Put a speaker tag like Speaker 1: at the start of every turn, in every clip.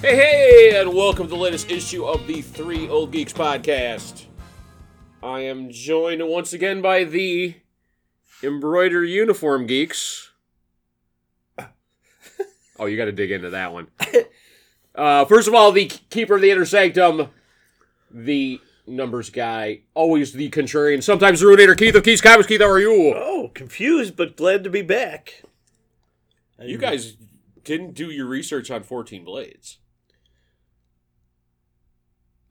Speaker 1: Hey, hey, and welcome to the latest issue of the Three Old Geeks podcast. I am joined once again by the embroider uniform geeks. Oh, you got to dig into that one. Uh, first of all, the keeper of the inner sanctum, the numbers guy, always the contrarian, sometimes the ruinator, Keith of Keith's Comics. Keith, how are you?
Speaker 2: Oh, confused but glad to be back.
Speaker 1: You guys didn't do your research on 14 Blades.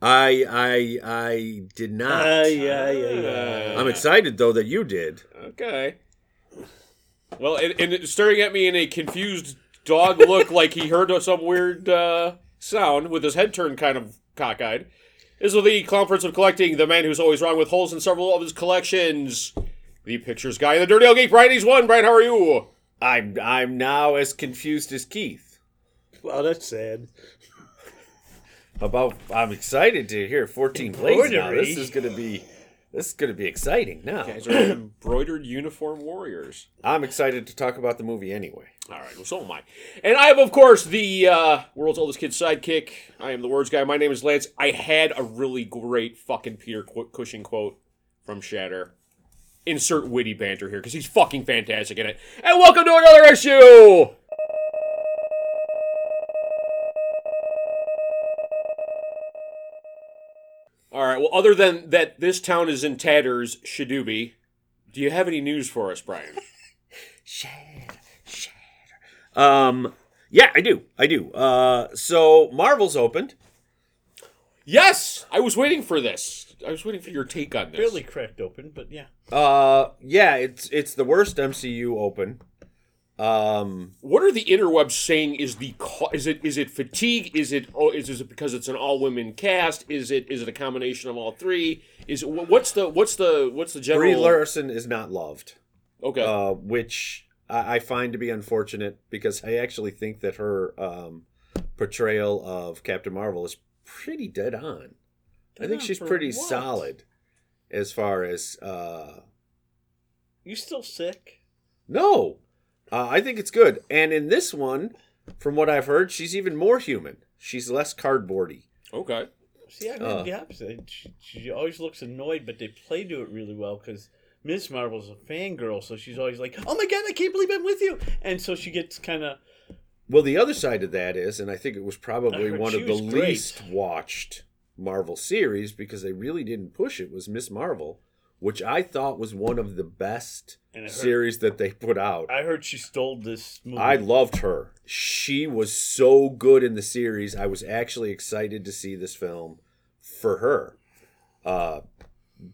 Speaker 3: I I I did not.
Speaker 2: Ay, ay,
Speaker 1: Uh,
Speaker 2: ay, ay.
Speaker 3: I'm excited though that you did.
Speaker 1: Okay. Well, and, and staring at me in a confused dog look, like he heard some weird uh, sound with his head turned kind of cockeyed, is the clown prince of collecting, the man who's always wrong with holes in several of his collections, the pictures guy, the dirty old geek, Brian. He's one. Brian, how are you?
Speaker 3: I'm I'm now as confused as Keith
Speaker 2: Well, that's sad.
Speaker 3: about. I'm excited to hear 14 plays now.
Speaker 2: Embroidery.
Speaker 3: This is gonna be this is gonna be exciting now.
Speaker 1: Guys are embroidered uniform warriors.
Speaker 3: I'm excited to talk about the movie anyway.
Speaker 1: All right, well, so am I. And I am, of course, the uh, world's oldest kid sidekick. I am the words guy. My name is Lance. I had a really great fucking Peter Qu- Cushing quote from Shatter. Insert witty banter here because he's fucking fantastic in it. And welcome to another issue. All right. Well, other than that, this town is in tatters, Shadoobie. Do you have any news for us, Brian?
Speaker 3: Shatter, shatter. Um, yeah, I do, I do. Uh, so Marvel's opened.
Speaker 1: Yes, I was waiting for this. I was waiting for your take on this.
Speaker 2: Barely cracked open, but yeah.
Speaker 3: Uh, yeah, it's it's the worst MCU open. Um,
Speaker 1: What are the interwebs saying? Is the ca- is it is it fatigue? Is it oh, is, is it because it's an all women cast? Is it is it a combination of all three? Is it, wh- what's the what's the what's the
Speaker 3: Brie
Speaker 1: general?
Speaker 3: Larson is not loved.
Speaker 1: Okay,
Speaker 3: uh, which I, I find to be unfortunate because I actually think that her um, portrayal of Captain Marvel is pretty dead on. I think
Speaker 2: Yeah,
Speaker 3: she's
Speaker 2: for
Speaker 3: pretty
Speaker 2: what?
Speaker 3: solid as far as uh,
Speaker 2: You still sick?
Speaker 3: no. Uh, I think it's good, and in this one, from what I've heard, she's even more human. She's less cardboardy.
Speaker 1: okay.
Speaker 2: See, I read
Speaker 3: Uh.
Speaker 2: the opposite. She, she always looks annoyed, but they play to it really well because Miss Marvel's a fangirl, so she's always like, oh my god, I can't believe I'm with you! And so she gets kind of.
Speaker 3: Well, the other side of that is, and I think it was
Speaker 2: I
Speaker 3: probably
Speaker 2: heard
Speaker 3: one
Speaker 2: she
Speaker 3: of the
Speaker 2: was great.
Speaker 3: least watched Marvel series because they really didn't push it was Miss Marvel, which I thought was one of the best
Speaker 2: And I heard-
Speaker 3: series that they put out.
Speaker 2: I heard she stole this movie.
Speaker 3: I loved her. She was so good in the series. I was actually excited to see this film for her. Uh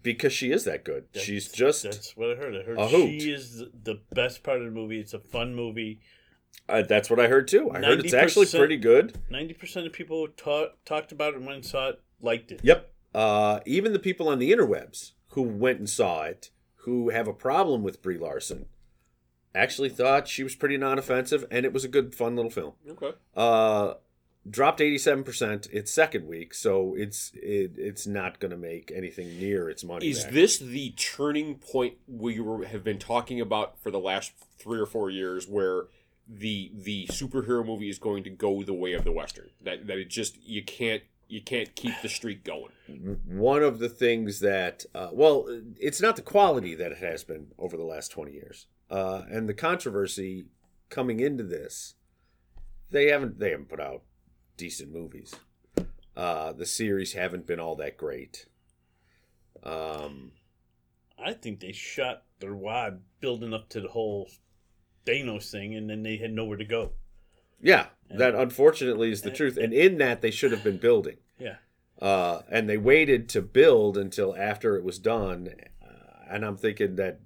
Speaker 3: because she is that good.
Speaker 2: That's-
Speaker 3: She's just
Speaker 2: That's what I heard. I heard
Speaker 3: A hoot.
Speaker 2: she is the- the best part of the movie. It's a fun movie.
Speaker 3: uh, that's what I heard too. I heard it's actually
Speaker 2: 90%
Speaker 3: pretty good.
Speaker 2: 90% of people ta- talked about it and when they saw it liked it.
Speaker 3: Yep. Uh, even the people on the interwebs who went and saw it, who have a problem with Brie Larson, actually thought she was pretty non-offensive, and it was a good, fun little film.
Speaker 1: Okay.
Speaker 3: Uh, dropped eighty-seven percent its second week, so it's it, it's not going to make anything near its money.
Speaker 1: Is
Speaker 3: back.
Speaker 1: this the turning point we were, have been talking about for the last three or four years, where the the superhero movie is going to go the way of the western? That that it just you can't you can't keep the streak going.
Speaker 3: one of the things that uh, well it's not the quality that it has been over the last 20 years uh, and the controversy coming into this they haven't they haven't put out decent movies uh, the series haven't been all that great um,
Speaker 2: I think they shot their wad building up to the whole Thanos thing, and then they had nowhere to go.
Speaker 3: yeah that unfortunately is the truth and in that they should have been building
Speaker 2: Yeah.
Speaker 3: uh, and they waited to build until after it was done uh, and i'm thinking that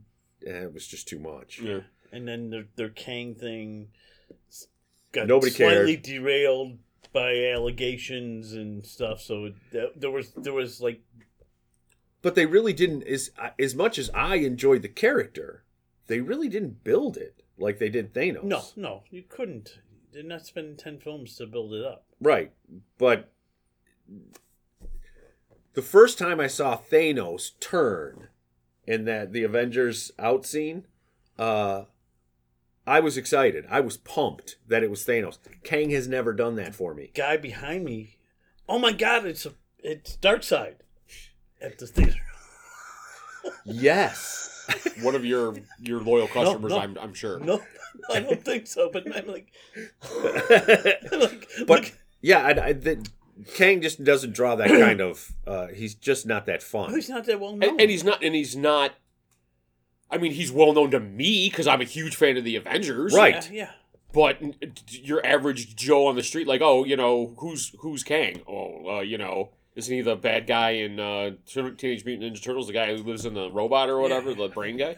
Speaker 3: eh, it was just too much
Speaker 1: Yeah.
Speaker 2: And then their, their Kang thing s- got
Speaker 3: Nobody
Speaker 2: slightly derailed by allegations and stuff. So that, there was there was like
Speaker 3: but they really didn't as as much as I enjoyed the character, they really didn't build it like they did Thanos.
Speaker 2: no no you couldn't. They're not spending ten films to build it up.
Speaker 3: right. But the first time I saw Thanos turn in that the Avengers out scene, uh, I was excited. I was pumped that it was Thanos. Kang has never done that for me.
Speaker 2: guy behind me. Oh my god, it's a, it's Dark Side at the theater.
Speaker 3: Yes.
Speaker 1: One of your your loyal customers,
Speaker 2: no.
Speaker 1: I'm I'm sure.
Speaker 2: No, I don't think so. But I'm like,
Speaker 3: but
Speaker 2: I'm like look,
Speaker 3: yeah, I, I, the, Kang just doesn't draw that kind of. Uh, he's just not that
Speaker 2: oh,
Speaker 3: fun.
Speaker 2: he's not that well known.
Speaker 1: And, and he's not. And he's not. I mean, he's well known to me because I'm a huge fan of the Avengers.
Speaker 3: Right.
Speaker 2: yeah, yeah.
Speaker 1: But n- d- your average Joe on the street, like, oh, you know, who's who's Kang? Oh, uh, you know, isn't he the bad guy in uh, Tur- Teenage Mutant Ninja Turtles? The guy who lives in the robot or whatever,
Speaker 2: Yeah.
Speaker 1: the brain guy.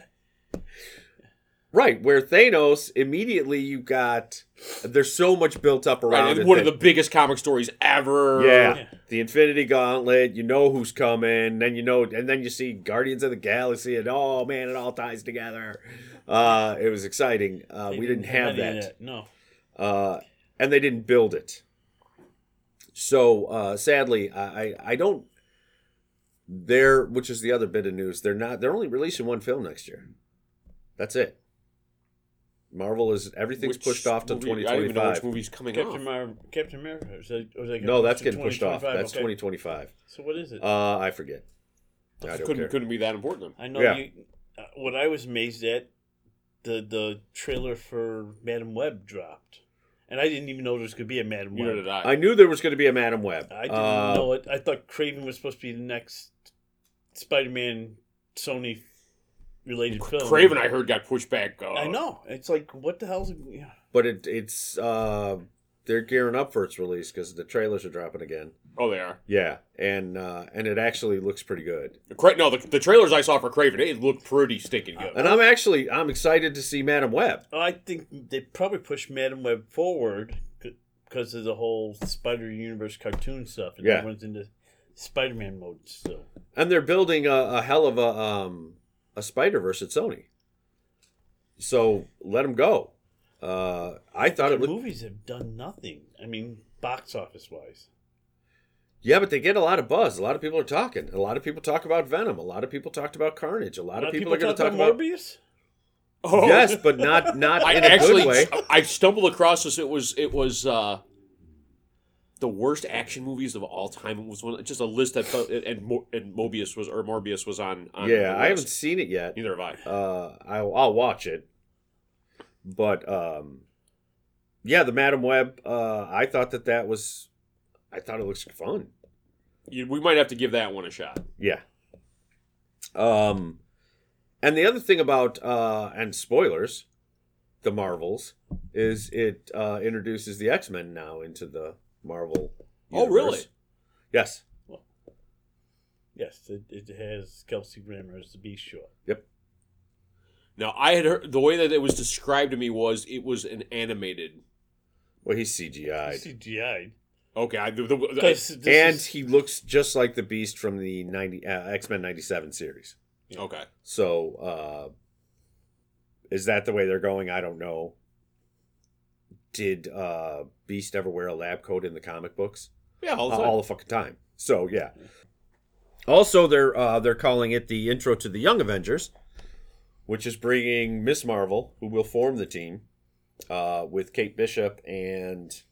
Speaker 3: Right, where Thanos immediately you got there's so much built up around
Speaker 1: Right,
Speaker 3: it
Speaker 1: and one of
Speaker 3: that-
Speaker 1: the biggest comic stories ever.
Speaker 3: yeah,
Speaker 2: Yeah.
Speaker 3: the Infinity Gauntlet. You know who's coming, then you know, and then you see Guardians of the Galaxy, and oh man, it all ties together. Uh, it was exciting. Uh,
Speaker 2: They
Speaker 3: we didn't have
Speaker 2: any of
Speaker 3: that,
Speaker 2: No,
Speaker 3: Uh, and they didn't build it. So uh, sadly, I, I I don't. They're which is the other bit of news. They're not. They're only releasing one film next year. That's it. Marvel is everything's
Speaker 1: Which
Speaker 3: pushed off to
Speaker 1: movie- I don't even know which
Speaker 3: 2025.
Speaker 1: movie's coming
Speaker 2: Captain,
Speaker 1: off.
Speaker 2: Mar- Captain America. Is that, or is that
Speaker 3: No, that's getting pushed off.
Speaker 2: 2025?
Speaker 3: That's
Speaker 2: Okay.
Speaker 3: 2025.
Speaker 2: So what is it?
Speaker 3: Uh, I forget. I don't
Speaker 1: couldn't
Speaker 3: care.
Speaker 1: couldn't be that important.
Speaker 2: I know
Speaker 3: yeah.
Speaker 2: you. Uh, what I was amazed at the the trailer for Madam Web dropped, and I didn't even know there was going to be a Madam
Speaker 1: Neither
Speaker 2: Web.
Speaker 1: did I.
Speaker 3: I knew there was going to be a Madam Web.
Speaker 2: I didn't
Speaker 3: Uh,
Speaker 2: know it. I thought Craven was supposed to be the next Spider-Man Sony related film.
Speaker 1: Craven, I heard, got pushed back. Uh,
Speaker 3: Oh.
Speaker 2: I know. It's like what the hell's yeah.
Speaker 3: but it, it's uh, they're gearing up for its release because the trailers are dropping again.
Speaker 1: Oh, they are.
Speaker 3: Yeah, and uh, and it actually looks pretty good.
Speaker 1: Cra- no, the, the trailers I saw for Craven, it looked pretty stinking good.
Speaker 3: And I'm actually I'm excited to see Madam Web.
Speaker 2: I think they probably pushed Madam Web forward because of the whole Spider Universe cartoon stuff, and
Speaker 3: Yeah.
Speaker 2: everyone's into Spider-Man mode still.
Speaker 3: And they're building a, a hell of a um, a Spider Verse at Sony. So let them go. Uh, I thought
Speaker 2: The
Speaker 3: it looked
Speaker 2: movies have done nothing. I mean, box office wise.
Speaker 3: yeah, but they get a lot of buzz. A lot of people are talking. A lot of people talk about Venom. A lot of people talked about Carnage. A lot, of people, are going to talk about,
Speaker 2: Morbius.
Speaker 1: Oh.
Speaker 3: yes, but not not
Speaker 1: I
Speaker 3: in a
Speaker 1: actually,
Speaker 3: good way.
Speaker 1: I stumbled across this. It was, it was uh, the worst action movies of all time. It was one, just a list that, felt- and, and, Mo- and Mobius was, or Morbius was on. on
Speaker 3: Yeah,
Speaker 1: the
Speaker 3: I haven't
Speaker 1: list.
Speaker 3: seen it yet.
Speaker 1: Neither have I.
Speaker 3: uh I'll, I'll watch it but um yeah the madam web uh i thought that that was i thought it looks fun
Speaker 1: You, we might have to give that one a shot.
Speaker 3: yeah um and the other thing about uh and spoilers the marvels is it uh introduces the x-men now into the marvel
Speaker 1: Oh, really?
Speaker 3: yes
Speaker 2: Yes, it, it has Kelsey Grammer as the Beast Short.
Speaker 1: Now, I had heard the way that it was described to me was it was an animated.
Speaker 3: well he's cgi'd
Speaker 2: CGI.
Speaker 1: Okay, I, the, the,
Speaker 2: Because this
Speaker 3: and
Speaker 2: is-
Speaker 3: he looks just like the beast from the 90 uh, x-men 97 series
Speaker 1: okay.
Speaker 3: So, uh, is that the way they're going? I don't know. Did uh, Beast ever wear a lab coat in the comic books?
Speaker 1: Yeah, all
Speaker 3: Uh,
Speaker 1: the
Speaker 3: All,
Speaker 1: time.
Speaker 3: the fucking time. So yeah. Also, they're uh, they're calling it the intro to the Young Avengers, which is bringing Miss Marvel, who will form the team, uh, with Kate Bishop and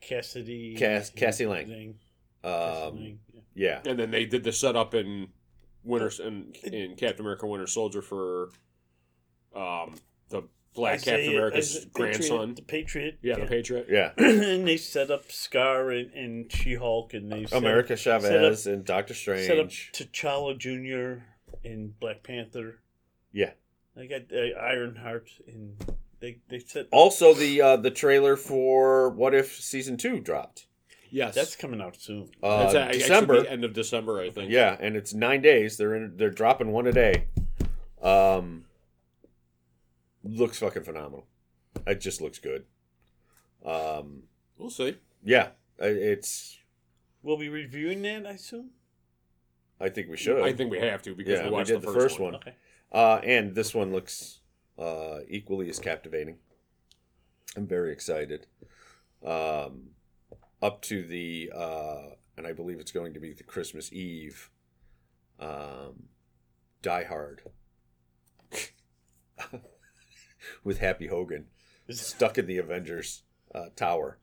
Speaker 2: Cassidy.
Speaker 3: Cass- Cassie Lang.
Speaker 2: Cassie
Speaker 3: um,
Speaker 2: Lang, yeah.
Speaker 3: yeah,
Speaker 1: And then they did the setup in Winter in,
Speaker 2: Uh,
Speaker 1: in Captain America Winter Soldier for um the Black Captain
Speaker 2: Isaiah-
Speaker 1: America's
Speaker 2: Isaiah-
Speaker 1: grandson.
Speaker 2: Patriot, the Patriot.
Speaker 1: yeah, the Patriot.
Speaker 3: yeah.
Speaker 2: and they set up Scar and, and She Hulk, and they set,
Speaker 3: America Chavez and Doctor
Speaker 2: set up
Speaker 3: Strange.
Speaker 2: T'Challa Junior and Black Panther.
Speaker 3: Yeah.
Speaker 2: They got uh, Ironheart, and they they set.
Speaker 3: Also, the uh, the trailer for What If season two dropped.
Speaker 1: Yes.
Speaker 2: That's coming out soon.
Speaker 3: Uh,
Speaker 1: a- actually the
Speaker 3: December.
Speaker 1: end of December, I think.
Speaker 3: Yeah, and it's nine days. They're in, they're dropping one a day. Um, looks fucking phenomenal. It just looks good. Um,
Speaker 1: We'll see.
Speaker 3: yeah, I- it's.
Speaker 2: We'll be reviewing that, I assume.
Speaker 3: I think we should.
Speaker 1: I think we have to because
Speaker 3: Yeah,
Speaker 1: we
Speaker 3: we
Speaker 1: watched
Speaker 3: did
Speaker 1: the, first one.
Speaker 2: Okay.
Speaker 3: Uh, and this one looks uh, equally as captivating. I'm very excited. Um, up to the, uh, and I believe it's going to be the Christmas Eve um, Die Hard with Happy Hogan. stuck in the Avengers uh, tower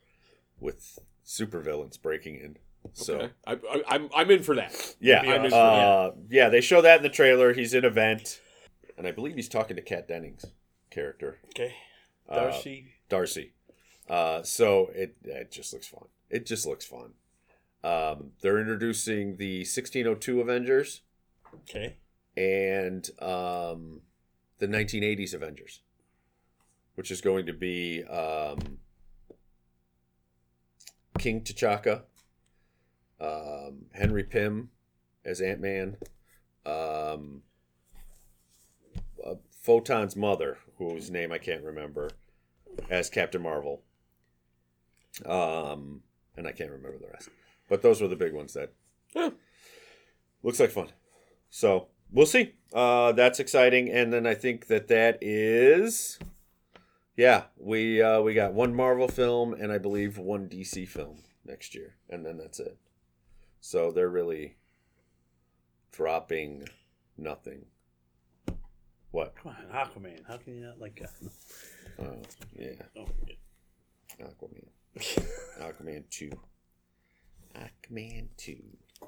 Speaker 3: with supervillains breaking in. So
Speaker 1: Okay. I, I, I'm I'm in for that.
Speaker 3: yeah,
Speaker 2: That'd be
Speaker 1: awesome.
Speaker 3: uh, yeah, they show that in the trailer. He's in a vent, and I believe he's talking to Kat Dennings' character,
Speaker 2: Okay.
Speaker 3: uh,
Speaker 2: Darcy.
Speaker 3: Darcy. Uh, so it it just looks fun. It just looks fun. Um, they're introducing the 1602 Avengers
Speaker 2: okay.
Speaker 3: and um, the 1980s Avengers, which is going to be um, King T'Chaka, um, Henry Pym as Ant Man, um, uh, Photon's mother, whose name I can't remember, as Captain Marvel, um, and I can't remember the rest. But those were the big ones that
Speaker 1: Yeah.
Speaker 3: looks like fun. So we'll see. Uh, that's exciting, and then I think that that is, yeah, we uh, we got one Marvel film and I believe one DC film next year, and then that's it. So they're really dropping nothing. What?
Speaker 2: Come on, Aquaman. How can you not like that?
Speaker 3: Oh, yeah,
Speaker 2: Oh, yeah.
Speaker 3: Aquaman. Aquaman two. Aquaman two.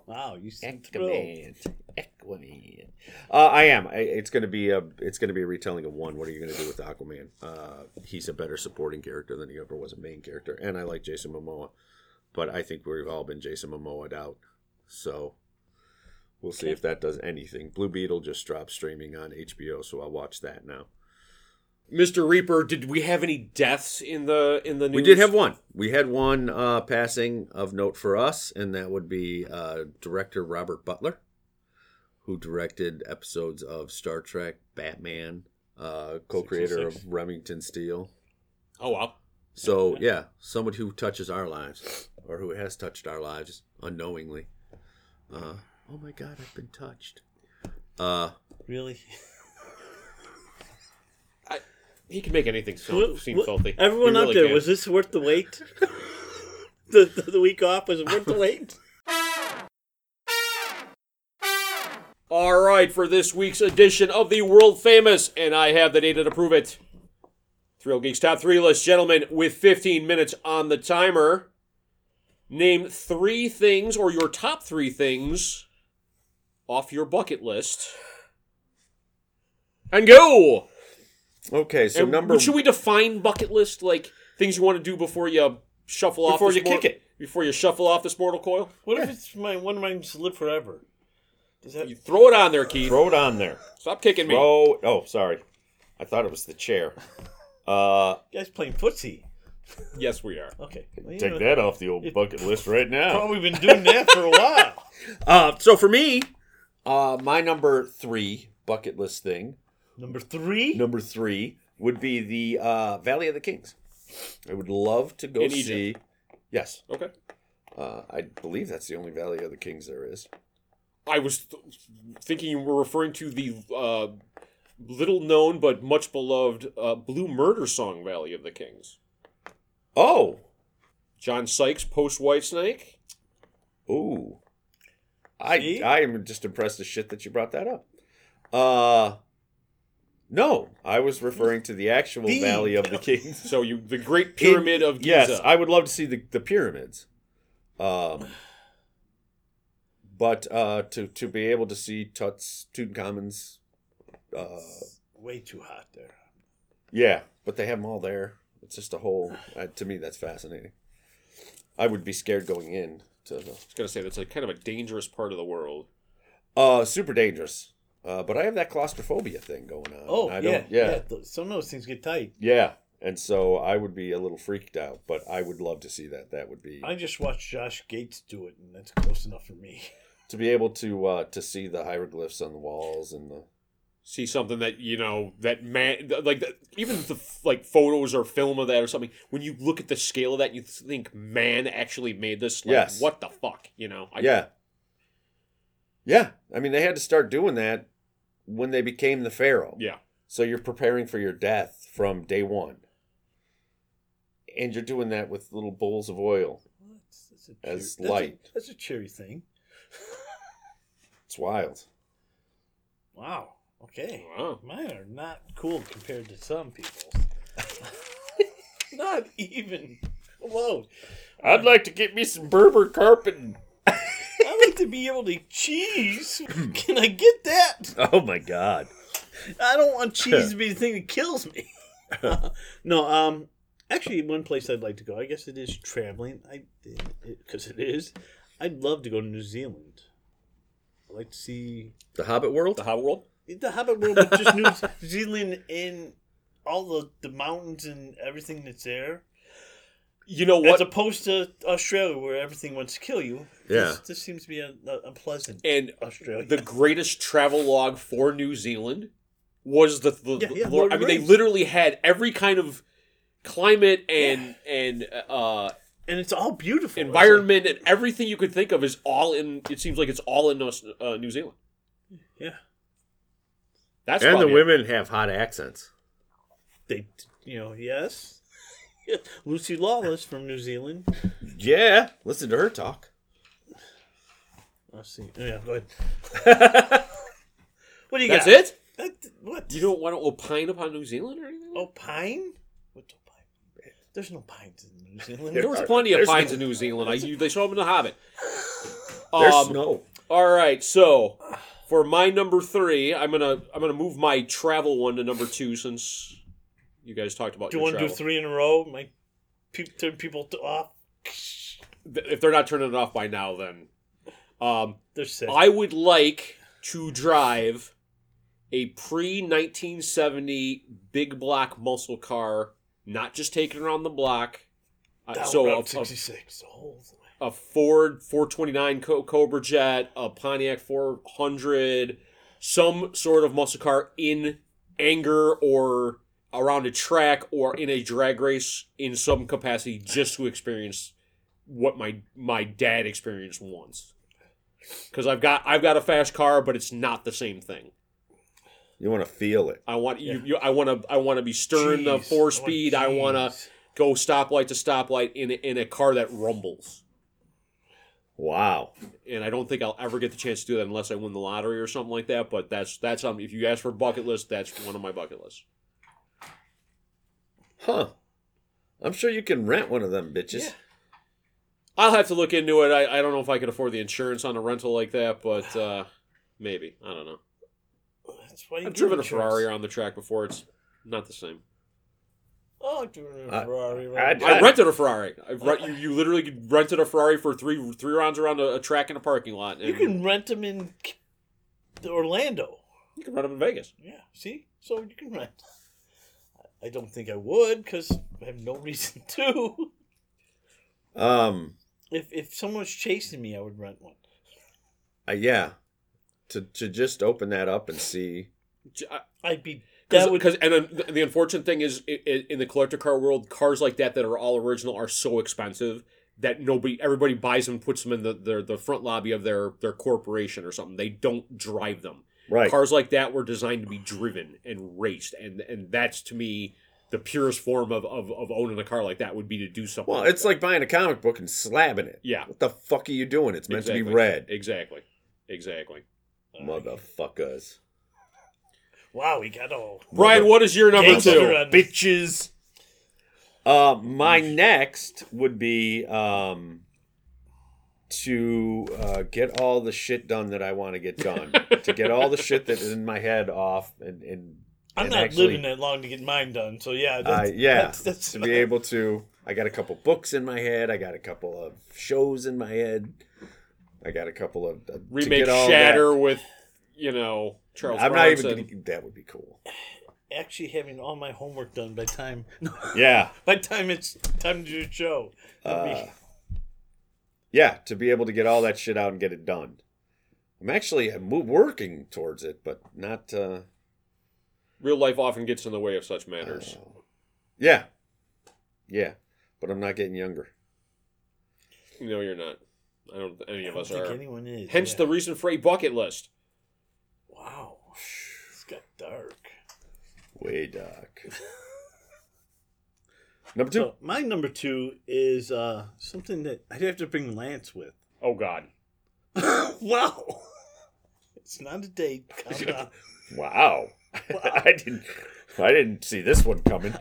Speaker 2: wow, you seem thrilled.
Speaker 3: Aquaman. Aquaman. Uh, I am. I, it's gonna be a. It's gonna be a retelling of one. What are you gonna do with Aquaman? Uh, he's a better supporting character than he ever was a main character, and I like Jason Momoa, but I think we've all been Jason Momoa'd out. So we'll see
Speaker 2: Okay.
Speaker 3: if that does anything. Blue Beetle just dropped streaming on HBO, so I'll watch that now.
Speaker 1: Mr. Reaper, did we have any deaths in the in the news?
Speaker 3: We did have one. We had one uh, passing of note for us, and that would be uh, director Robert Butler, who directed episodes of Star Trek, Batman, uh, co-creator of
Speaker 2: 66.
Speaker 3: Remington Steel.
Speaker 1: Oh wow.
Speaker 3: So yeah, someone who touches our lives, or who has touched our lives unknowingly. Uh, oh my God, I've been touched. Uh,
Speaker 2: Really?
Speaker 1: He can make anything seem,
Speaker 2: What-
Speaker 1: seem
Speaker 2: what-
Speaker 1: filthy.
Speaker 2: Everyone
Speaker 1: He
Speaker 2: out
Speaker 1: really
Speaker 2: there,
Speaker 1: can.
Speaker 2: was this worth the wait? the, the the week off was it worth the wait?
Speaker 1: All right, for this week's edition of the world famous, and I have the data to prove it. Thrill Geeks top three list, gentlemen, with 15 minutes on the timer. Name three things, or your top three things, off your bucket list, and go.
Speaker 3: okay, so
Speaker 1: And
Speaker 3: number
Speaker 1: should we define bucket list like things you want to do before you shuffle off
Speaker 3: Before
Speaker 1: this
Speaker 3: you kick it.
Speaker 1: before you shuffle off this mortal coil?
Speaker 2: What if it's my one of mine just live forever? Does that
Speaker 1: You throw it on there, Keith.
Speaker 3: throw it on there.
Speaker 1: Stop kicking me.
Speaker 3: Throw. Oh, sorry, I thought it was the chair. Uh,
Speaker 2: guys playing footsie?
Speaker 1: Yes, we are.
Speaker 2: Okay, well, you know,
Speaker 3: Take that off the old bucket list right now.
Speaker 2: Probably been doing that for a while.
Speaker 3: Uh, so for me, uh, my number three bucket list thing,
Speaker 2: Number three.
Speaker 3: number three would be the uh, Valley of the Kings. I would love to go
Speaker 1: In
Speaker 3: see.
Speaker 1: Egypt.
Speaker 3: Yes,
Speaker 1: Okay.
Speaker 3: uh, I believe that's the only Valley of the Kings there is.
Speaker 1: I was th- thinking you were referring to the uh, little known but much beloved uh, Blue Murder song Valley of the Kings.
Speaker 3: Oh,
Speaker 1: John Sykes post White Snake.
Speaker 3: ooh, I
Speaker 2: See?
Speaker 3: I am just impressed as shit that you brought that up. Uh, no, I was referring to the actual
Speaker 2: The
Speaker 3: Valley of the Kings.
Speaker 1: So you the Great Pyramid of Giza.
Speaker 3: Yes, I would love to see the, the pyramids. Um, but uh, to to be able to see Tut's Tutankhamun's, uh,
Speaker 2: Way too hot there.
Speaker 3: yeah, but they have them all there. It's just a whole. Uh, to me, that's fascinating. I would be scared going in to the
Speaker 1: was gonna say that's like kind of a dangerous part of the world.
Speaker 3: uh, super dangerous. Uh, but I have that claustrophobia thing going on.
Speaker 2: Oh
Speaker 3: I
Speaker 2: yeah,
Speaker 3: don't,
Speaker 2: yeah.
Speaker 3: yeah,
Speaker 2: th- some of those things get tight.
Speaker 3: yeah. And so I would be a little freaked out, but I would love to see that. That would be
Speaker 2: I just watched Josh Gates do it, and that's close enough for me.
Speaker 3: to be able to uh, to see the hieroglyphs on the walls and the
Speaker 1: See something that you know that man like that, even the f- like photos or film of that or something. When you look at the scale of that, you think man actually made this. Like,
Speaker 3: Yes.
Speaker 1: What the fuck? You know. I,
Speaker 3: yeah. Yeah. I mean, they had to start doing that when they became the Pharaoh.
Speaker 1: Yeah.
Speaker 3: So you're preparing for your death from day one. And you're doing that with little bowls of oil.
Speaker 2: Well, that's, that's a cheer-
Speaker 3: As
Speaker 2: that's a-
Speaker 3: light.
Speaker 2: That's a cheery thing.
Speaker 3: It's wild.
Speaker 2: Wow. Okay.
Speaker 1: Wow.
Speaker 2: Mine are not cool compared to some people's. not even close.
Speaker 1: I'd like to get me some Berber carpet.
Speaker 2: I like to be able to cheese. Can I get that?
Speaker 3: Oh my god.
Speaker 2: I don't want cheese to be the thing that kills me. no, um, actually, one place I'd like to go, I guess it is traveling. I, because it is, I'd love to go to New Zealand. I'd like to see
Speaker 3: The Hobbit world?
Speaker 1: The Hot World?
Speaker 2: the Hobbit world, but just New Zealand and all the the mountains and everything that's there,
Speaker 1: You know
Speaker 2: as
Speaker 1: what?
Speaker 2: opposed to Australia where everything wants to kill you.
Speaker 3: Yeah.
Speaker 2: This, this seems to be a, a, a pleasant
Speaker 1: and uh,
Speaker 2: Australia.
Speaker 1: the greatest travel log for New Zealand was the, the,
Speaker 2: Yeah, yeah,
Speaker 1: the-
Speaker 2: Lord
Speaker 1: I
Speaker 2: of the
Speaker 1: mean they
Speaker 2: Rings.
Speaker 1: literally had every kind of climate and and uh,
Speaker 2: and it's all beautiful It's like-
Speaker 1: environment and everything you could think of is all in it seems like it's all in Aus- uh, New Zealand.
Speaker 2: yeah,
Speaker 1: That's
Speaker 3: And the
Speaker 1: probably it.
Speaker 3: women have hot accents.
Speaker 2: they, you know, yes. Lucy Lawless from New Zealand.
Speaker 3: Yeah. Listen to her talk.
Speaker 2: Let's see. Oh, Yeah, go ahead. what do you
Speaker 1: That's
Speaker 2: got?
Speaker 1: it?
Speaker 2: That- what?
Speaker 1: You don't want to opine upon New Zealand or anything?
Speaker 2: oh, pine? What's a pine? There's no pines in New Zealand.
Speaker 1: There was plenty of pines in New Zealand. I, you, they show them in The Hobbit.
Speaker 3: There's
Speaker 1: Um,
Speaker 3: snow.
Speaker 1: All right, so for my number three, I'm gonna I'm gonna move my travel one to number two since you guys talked about.
Speaker 2: do you
Speaker 1: your
Speaker 2: want to do
Speaker 1: travel.
Speaker 2: three in a row? My pe- turn people to off.
Speaker 1: Th- If they're not turning it off by now, then um,
Speaker 2: They're sick.
Speaker 1: I would like to drive a pre 1970 big block muscle car, not just taken around the block. Uh,
Speaker 2: Down
Speaker 1: so a,
Speaker 2: Route
Speaker 1: a
Speaker 2: 66. the whole way.
Speaker 1: a Ford 429 Co- Cobra Jet, a Pontiac 400, some sort of muscle car in anger or around a track or in a drag race in some capacity just to experience what my my dad experienced once. Cuz I've got I've got a fast car but it's not the same thing.
Speaker 3: You want to feel it.
Speaker 1: I want you, you I want to I want to be steering the
Speaker 2: Jeez, I
Speaker 1: four
Speaker 2: want
Speaker 1: speed. I want to
Speaker 2: jeez.
Speaker 1: go stoplight to stoplight in a- in a car that rumbles.
Speaker 3: Wow.
Speaker 1: and I don't think I'll ever get the chance to do that unless I win the lottery or something like that. But that's that's um, if you ask for a bucket list, that's one of my bucket lists.
Speaker 3: Huh. I'm sure you can rent one of them bitches.
Speaker 2: Yeah.
Speaker 1: I'll have to look into it. I, I don't know if I could afford the insurance on a rental like that, but uh, maybe I don't know.
Speaker 2: That's why you
Speaker 1: I've
Speaker 2: do
Speaker 1: driven a
Speaker 2: insurance.
Speaker 1: Ferrari around the track before. It's not the same.
Speaker 2: Oh, I've driven a
Speaker 3: I-
Speaker 2: Ferrari.
Speaker 3: I
Speaker 2: right?
Speaker 3: did.
Speaker 1: I rented a Ferrari. I re- you, you literally rented a Ferrari for three three rounds around a, a track in a parking lot. And
Speaker 2: you can rent them in K- Orlando.
Speaker 1: you can run them in Vegas.
Speaker 2: Yeah, see? So you can rent. I don't think I would because I have no reason to.
Speaker 3: Um.
Speaker 2: If, if someone's chasing me, I would rent one.
Speaker 3: I, yeah. To to just open that up and see.
Speaker 1: J- I-
Speaker 2: I'd be.
Speaker 1: Because
Speaker 2: That would.
Speaker 1: and then the- the unfortunate thing is, i- i- in the collector car world, cars like that that are all original are so expensive that nobody, everybody buys them, puts them in the their, the front lobby of their their corporation or something. They don't drive them.
Speaker 3: Right.
Speaker 1: Cars like that were designed to be driven and raced, and and that's to me the purest form of of, of owning a car like that would be to do something.
Speaker 3: well, it's
Speaker 1: that.
Speaker 3: like buying a comic book and slabbing it.
Speaker 1: yeah,
Speaker 3: What the fuck are you doing? It's meant to be
Speaker 1: exactly.
Speaker 3: read.
Speaker 1: Exactly, exactly.
Speaker 3: Motherfuckers.
Speaker 2: Wow, we got all.
Speaker 1: Brian, what is your number
Speaker 2: Gangster
Speaker 1: two?
Speaker 2: on-
Speaker 3: bitches. Uh, my next would be um, to uh, get all the shit done that I want to get done. to get all the shit that is in my head off, and, and
Speaker 2: I'm
Speaker 3: and
Speaker 2: not
Speaker 3: actually-
Speaker 2: living that long to get mine done, so yeah.
Speaker 3: uh,
Speaker 2: That's,
Speaker 3: yeah,
Speaker 2: That's, that's
Speaker 3: to be able to. I got a couple books in my head. I got a couple of shows in my head. I got a couple of uh, to
Speaker 1: Remake
Speaker 3: get all that-
Speaker 1: Shatter with you know Charles.
Speaker 3: I'm not even.
Speaker 1: Bronson.
Speaker 3: Gonna, that would be cool.
Speaker 2: actually having all my homework done by time.
Speaker 3: Yeah.
Speaker 2: by time it's time to do the show. That'd be-
Speaker 3: Uh, yeah, to be able to get all that shit out and get it done. I'm actually I'm mo- working towards it, but not. Uh,
Speaker 1: Real life often gets in the way of such matters.
Speaker 3: uh, yeah, yeah, but I'm not getting younger.
Speaker 1: No, you're not. I don't. think Any
Speaker 2: Oh. I
Speaker 1: of
Speaker 2: don't
Speaker 1: us
Speaker 2: think
Speaker 1: are.
Speaker 2: anyone is.
Speaker 1: Hence
Speaker 2: yeah.
Speaker 1: the reason for a bucket list.
Speaker 2: Wow. It's got dark.
Speaker 3: Way dark. Number two.
Speaker 2: So my number two is uh, something that I'd have to bring Lance with.
Speaker 1: Oh God.
Speaker 2: wow. It's not a date. Calm down.
Speaker 3: Wow, I didn't. I didn't see this one coming.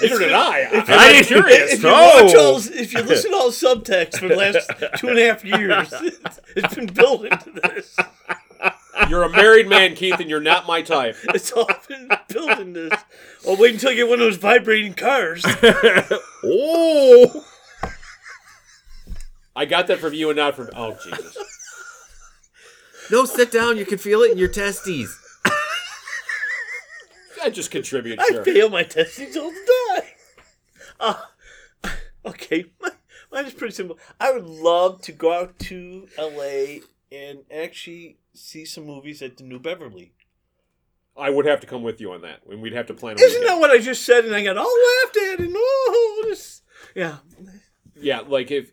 Speaker 1: Neither did I.
Speaker 3: I
Speaker 1: I'm
Speaker 3: didn't-
Speaker 1: curious.
Speaker 2: If you,
Speaker 3: No.
Speaker 2: watch all, if you listen to all subtext for the last two and a half years, it's been built into this.
Speaker 1: You're a married man, Keith, and you're not my type.
Speaker 2: It's all been built into this. Well, wait until you get one of those vibrating cars.
Speaker 3: Oh,
Speaker 1: I got that from you and not from. Oh Jesus!
Speaker 3: no! Sit down. You can feel it in your testes.
Speaker 1: I just contribute.
Speaker 2: I
Speaker 1: Sure.
Speaker 2: fail my testes all the time. Uh, okay, mine, mine is pretty simple. I would love to go out to LA and actually see some movies at the New Beverly.
Speaker 1: I would have to come with you on that, and we'd have to plan. A
Speaker 2: Isn't
Speaker 1: weekend.
Speaker 2: that what I just said? And I got all laughed at and oh, this. Yeah.
Speaker 1: Yeah, like if,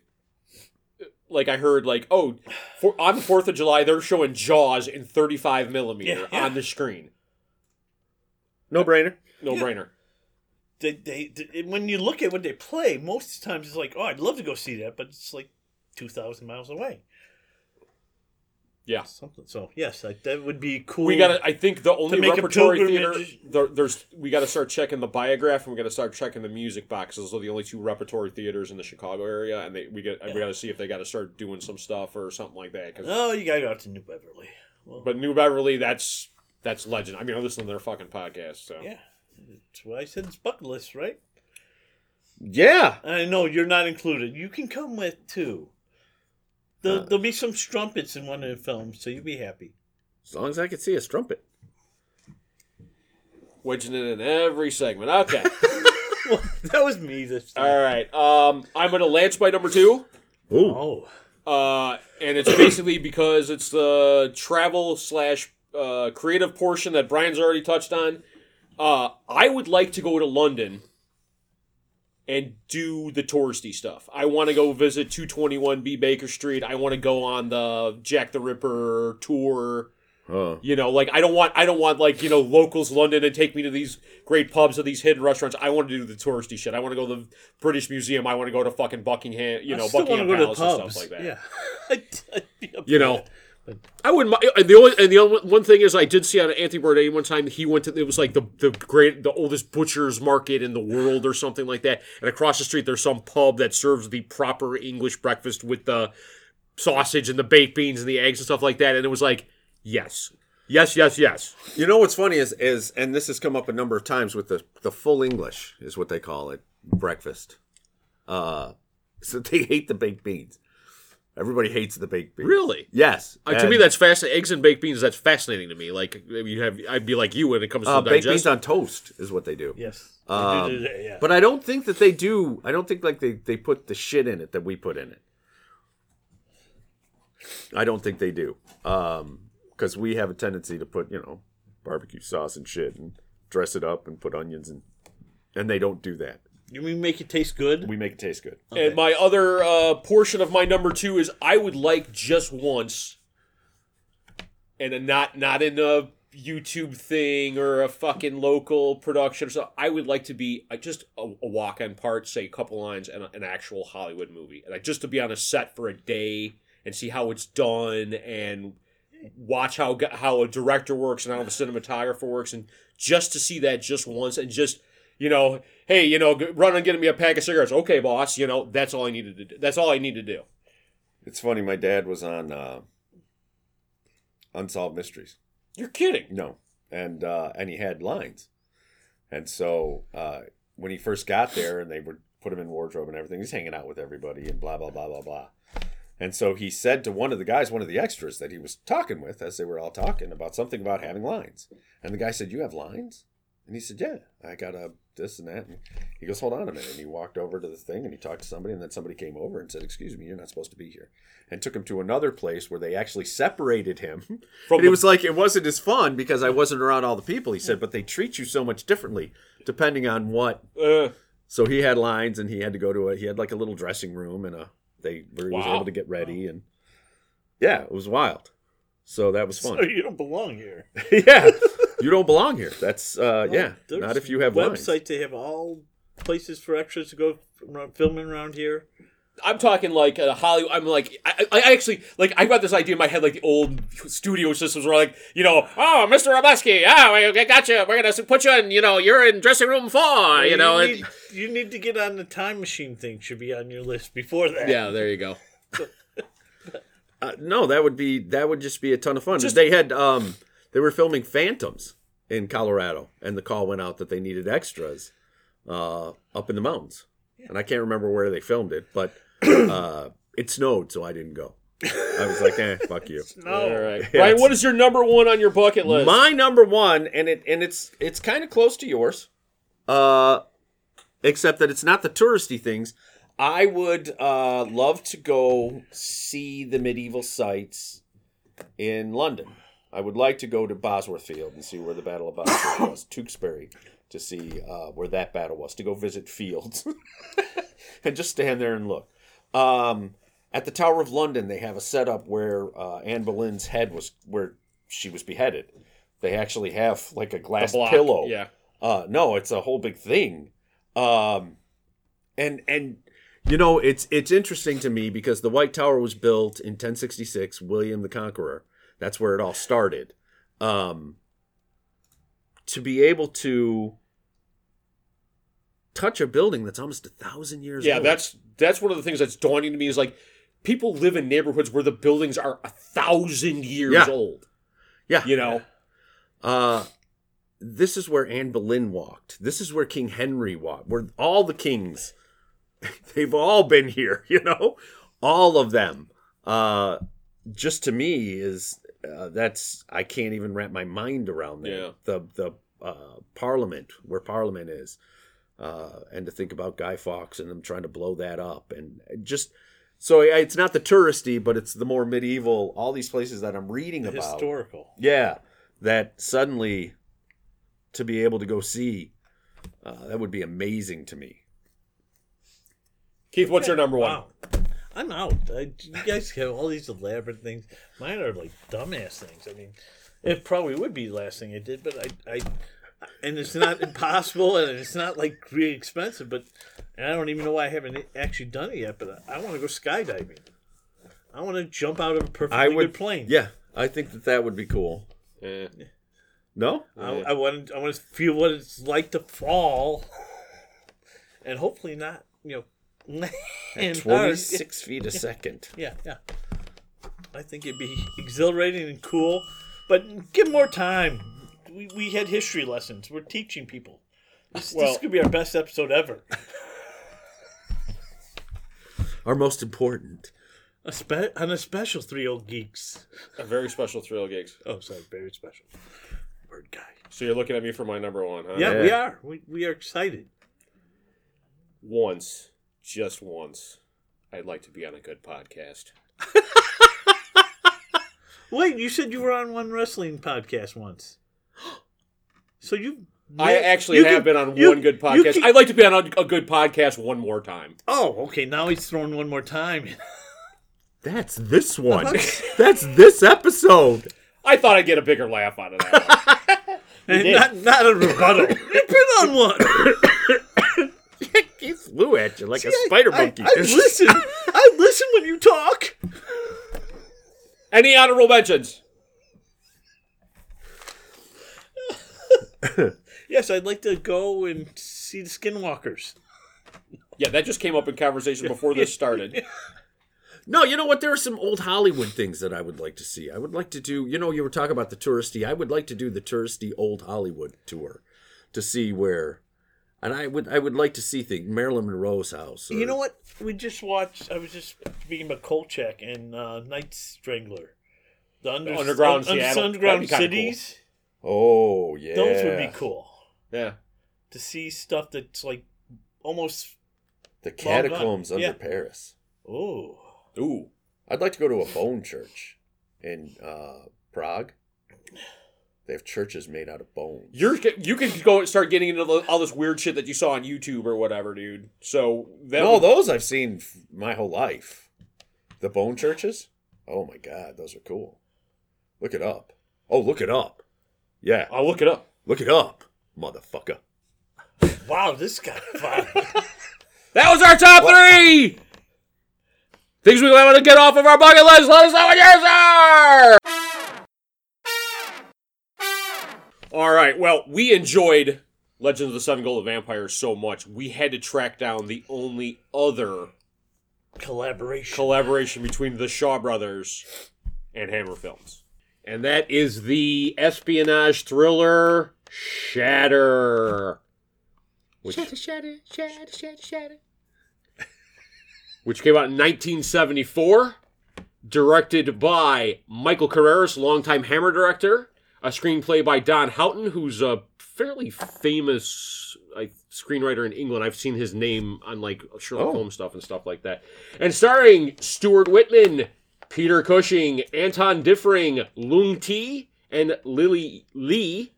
Speaker 1: like I heard, like oh, for, on the Fourth of July they're showing Jaws in 35 millimeter
Speaker 2: Yeah.
Speaker 1: on the screen.
Speaker 3: No brainer.
Speaker 1: No brainer.
Speaker 2: They, they, they- when you look at what they play, most of the times it's like, oh, I'd love to go see that, but it's like 2,000 miles away.
Speaker 1: Yeah.
Speaker 2: Something. So, yes, I, that would be cool.
Speaker 1: We gotta. I think the only
Speaker 2: make a
Speaker 1: repertory theater
Speaker 2: pilgrimage.
Speaker 1: there, there's. We gotta start checking the biograph, and we gotta start checking the music box. Those are the only two repertory theaters in the Chicago area, and they we get. We gotta see if they gotta start doing some stuff or something like that. 'cause-
Speaker 2: Oh, you gotta go out to New Beverly. Well,
Speaker 1: but New Beverly, that's that's legend. I mean, I listen to their fucking podcast. So
Speaker 2: yeah. That's why I said it's bucket list, right?
Speaker 3: Yeah.
Speaker 2: I know you're not included. You can come with too. There'll,
Speaker 3: Uh.
Speaker 2: there'll be some strumpets in one of the films, so you'll be happy.
Speaker 3: As long as I can see a strumpet.
Speaker 1: wedging it in every segment. Okay.
Speaker 2: well, that was me this time.
Speaker 1: All right. Um, I'm gonna lance my number two.
Speaker 3: Ooh.
Speaker 2: Oh,
Speaker 1: Uh, and it's basically because it's the travel slash uh, creative portion that Brian's already touched on. Uh, I would like to go to London and do the touristy stuff. I want to go visit 221B Baker Street. I want to go on the Jack the Ripper tour.
Speaker 3: Huh.
Speaker 1: You know, like I don't want I don't want like, you know, locals London to take me to these great pubs or these hidden restaurants. I want to do the touristy shit. I want to go to the British Museum. I want to go to fucking Buckingham, you know,
Speaker 2: I still want to
Speaker 1: Buckingham
Speaker 2: go to the
Speaker 1: Palace and
Speaker 2: pubs.
Speaker 1: stuff like that.
Speaker 2: Yeah, I'd- I'd be up
Speaker 1: You
Speaker 2: for
Speaker 1: know,
Speaker 2: that.
Speaker 1: I wouldn't. mi- And the only and the only one thing is, I did see on Anthony Bourdain one time he went to it was like the the great the oldest butcher's market in the world or something like that. And across the street, there's some pub that serves the proper English breakfast with the sausage and the baked beans and the eggs and stuff like that. And it was like, yes, yes, yes, yes.
Speaker 3: You know what's funny is is and this has come up a number of times with the the full English is what they call it breakfast. Uh, so they hate the baked beans. Everybody hates the baked beans.
Speaker 1: Really.
Speaker 3: Yes.
Speaker 1: Uh, to me,
Speaker 3: and,
Speaker 1: that's fascinating. Eggs and baked beans. That's fascinating to me. Like you have, I'd be like you when it comes to
Speaker 3: uh, baked
Speaker 1: digestion.
Speaker 3: beans on toast is what they do.
Speaker 2: Yes,
Speaker 3: Um,
Speaker 2: They do that, yeah.
Speaker 3: But I don't think that they do. I don't think like they they put the shit in it that we put in it. I don't think they do. Um, because we have a tendency to put you know barbecue sauce and shit and dress it up and put onions and and they don't do that.
Speaker 2: you mean make it taste good?
Speaker 3: We make it taste good.
Speaker 1: And my other uh, portion of my number two is I would like just once, and a not not in a YouTube thing or a fucking local production. So I would like to be uh, just a, a walk on part, say a couple lines, and a- an actual Hollywood movie, and like just to be on a set for a day and see how it's done and watch how g- how a director works and how the cinematographer works and just to see that just once and just you know hey you know g- run and get me a pack of cigarettes okay boss you know that's all i needed to do that's all i need to do
Speaker 3: It's funny. My dad was on uh, Unsolved Mysteries.
Speaker 1: you're kidding
Speaker 3: No, and uh, and he had lines, and so uh, when he first got there, and they would put him in wardrobe and everything, he's hanging out with everybody and blah blah blah blah blah. And so he said to one of the guys, one of the extras that he was talking with, as they were all talking about something about having lines, and the guy said, "You have lines?" And he said, "Yeah, I got a this and that." And he goes, "Hold on a minute." And he walked over to the thing and he talked to somebody, and then somebody came over and said, "Excuse me, you're not supposed to be here," and took him to another place where they actually separated him
Speaker 1: from
Speaker 3: and he
Speaker 1: the-
Speaker 3: was like, it wasn't as fun because I wasn't around all the people. He said, but they treat you so much differently depending on what.
Speaker 1: uh,
Speaker 3: So he had lines, and he had to go to a. He had like a little dressing room, and a they were he was
Speaker 1: Wow.
Speaker 3: able to get ready, and yeah, it was wild. So that was
Speaker 2: So
Speaker 3: fun.
Speaker 2: you don't belong here.
Speaker 3: yeah, you don't belong here. That's uh, yeah,
Speaker 2: There's
Speaker 3: not if you have
Speaker 2: websites.
Speaker 3: lines.
Speaker 2: They have all places for extras to go around filming around here.
Speaker 1: I'm talking like a Hollywood. I'm like, I, I I actually like. I got this idea in my head, like the old studio systems were like, you know, oh, Mr. Robuski, ah, we we got you. We're gonna put you in. You know, you're in dressing room four. You know,
Speaker 2: need,
Speaker 1: and,
Speaker 2: you need to get on the time machine thing. Should be on your list before that.
Speaker 1: yeah. There you go.
Speaker 3: Uh, no, that would be that would just be a ton of fun. they had um they were filming Phantoms in Colorado, and the call went out that they needed extras uh, up in the mountains, and I can't remember where they filmed it, but uh, it snowed, so I didn't go. I was like, eh, fuck you.
Speaker 2: No.
Speaker 1: All Oh. right,
Speaker 3: Yeah,
Speaker 1: Ryan.
Speaker 3: it's-
Speaker 1: What is your number one on your bucket list?
Speaker 3: My number one, and it and it's it's kind of close to yours, uh, except that it's not the touristy things. I would uh, love to go see the medieval sites in London. I would like to go to Bosworth Field and see where the Battle of Bosworth was, Tewkesbury, to see uh, where that battle was, to go visit fields and just stand there and look. Um, at the Tower of London, they have a setup where uh, Anne Boleyn's head was, where she was beheaded. They actually have like a
Speaker 1: The
Speaker 3: glass
Speaker 1: block.
Speaker 3: pillow.
Speaker 1: Yeah.
Speaker 3: Uh, no, it's a whole big thing. Um, and and you know, it's it's interesting to me because the White Tower was built in 1066, William the Conqueror. That's where it all started. Um, to be able to touch a building that's almost a thousand years
Speaker 1: Yeah,
Speaker 3: old.
Speaker 1: that's that's one of the things that's dawning to me is like people live in neighborhoods where the buildings are a thousand years
Speaker 3: Yeah.
Speaker 1: old.
Speaker 3: yeah.
Speaker 1: You know,
Speaker 3: Uh, this is where Anne Boleyn walked. This is where King Henry walked. Where all the kings, they've all been here. You know, all of them. Uh, just to me is uh, that's I can't even wrap my mind around that.
Speaker 1: Yeah.
Speaker 3: The the uh, Parliament where Parliament is, uh, and to think about Guy Fawkes and them trying to blow that up and just. So yeah, it's not the touristy, but it's the more medieval. All these places that I'm reading about,
Speaker 2: Historical.
Speaker 3: yeah, that suddenly to be able to go see, uh, that would be amazing to me.
Speaker 1: Keith, what's your number one?
Speaker 2: Wow. I'm out. I, you guys have all these elaborate things. Mine are like dumbass things. I mean, it probably would be the last thing I did, but I, I and it's not impossible, and it's not like really expensive. But and I don't even know why I haven't actually done it yet. But I, want to go skydiving. I want to jump out of a perfectly
Speaker 3: I would
Speaker 2: good plane.
Speaker 3: Yeah, I think that that would be cool.
Speaker 1: Eh.
Speaker 3: No,
Speaker 2: I, I want to. I want to feel what it's like to fall, and hopefully not. You know, land hard.
Speaker 3: twenty-six feet a second.
Speaker 2: Yeah, yeah. I think it'd be exhilarating and cool, but give more time. We, we had history lessons. We're teaching people. This,
Speaker 1: Well-
Speaker 2: this could be our best episode ever.
Speaker 3: Our most important.
Speaker 2: A spe- on a special three old geeks.
Speaker 1: A very special thrill gigs.
Speaker 2: Oh, sorry, very special. Bird guy.
Speaker 1: So you're looking at me for my number one, huh?
Speaker 2: Yeah, we
Speaker 3: Yeah.
Speaker 2: are. We, we are excited.
Speaker 1: Once, just once, I'd like to be on a good podcast.
Speaker 2: Wait, you said you were on one wrestling podcast once. So you.
Speaker 1: I actually
Speaker 2: you
Speaker 1: have
Speaker 2: can-
Speaker 1: been on
Speaker 2: you-
Speaker 1: one good
Speaker 2: you
Speaker 1: podcast.
Speaker 2: can-
Speaker 1: I'd like to be on a, a good podcast one more time.
Speaker 2: oh, okay. Now he's thrown one more time.
Speaker 3: That's this one. That's this episode.
Speaker 1: I thought I'd get a bigger laugh out of that. one.
Speaker 2: And not, not a rebuttal. You've been on one.
Speaker 3: He flew at you like a
Speaker 2: I-
Speaker 3: spider
Speaker 2: I-
Speaker 3: monkey.
Speaker 2: I, listen. I listen when you talk.
Speaker 1: Any honorable mentions?
Speaker 2: Yes, I'd like to go and see the Skinwalkers.
Speaker 1: Yeah, that just came up in conversation before this started.
Speaker 3: No, you know what? There are some old Hollywood things that I would like to see. I would like to do, you know, you were talking about the touristy. I would like to do the touristy old Hollywood tour to see where, and I would, I would like to see things Marilyn Monroe's house. or-
Speaker 2: You know what? We just watched. I was just speaking about Kolchak and uh, Night Strangler. The, under,
Speaker 1: underground
Speaker 2: un-
Speaker 1: Seattle.
Speaker 2: underground
Speaker 1: That'd be kinda
Speaker 2: cities.
Speaker 3: Oh yeah,
Speaker 2: Those would be cool
Speaker 1: Yeah.
Speaker 2: to see stuff that's like almost.
Speaker 3: The
Speaker 2: Well done. Yeah.
Speaker 3: Paris.
Speaker 2: Oh,
Speaker 1: Ooh.
Speaker 3: I'd like to go to a bone church in uh, Prague. They have churches made out of bones.
Speaker 1: You're you can go and start getting into all this weird shit that you saw on YouTube or whatever, dude. So that
Speaker 3: no,
Speaker 1: would-
Speaker 3: those I've seen f- my whole life. The bone churches? Oh my god, those are cool. Look it up. Oh, look it up. Yeah,
Speaker 1: I'll look it up.
Speaker 3: look it up, motherfucker.
Speaker 2: wow! This got fun.
Speaker 1: That was our top three. Things we want to get off of our bucket list. Let us know what yours are. All right. Well, we enjoyed Legends of the Seven Golden Vampires so much, we had to track down the only other
Speaker 2: Collaboration.
Speaker 1: collaboration between the Shaw Brothers and Hammer Films. And that is the espionage thriller Shatter. Which, shatter, shatter, shatter, shatter, shatter. Which came out in 1974, directed by Michael Carreras, longtime Hammer director. A screenplay by Don Houghton, who's a fairly famous like, screenwriter in England. I've seen his name on like Sherlock
Speaker 3: Oh.
Speaker 1: Holmes stuff and stuff like that and starring Stuart Whitman, Peter Cushing, Anton Differing, Lung T, and Lily Lee.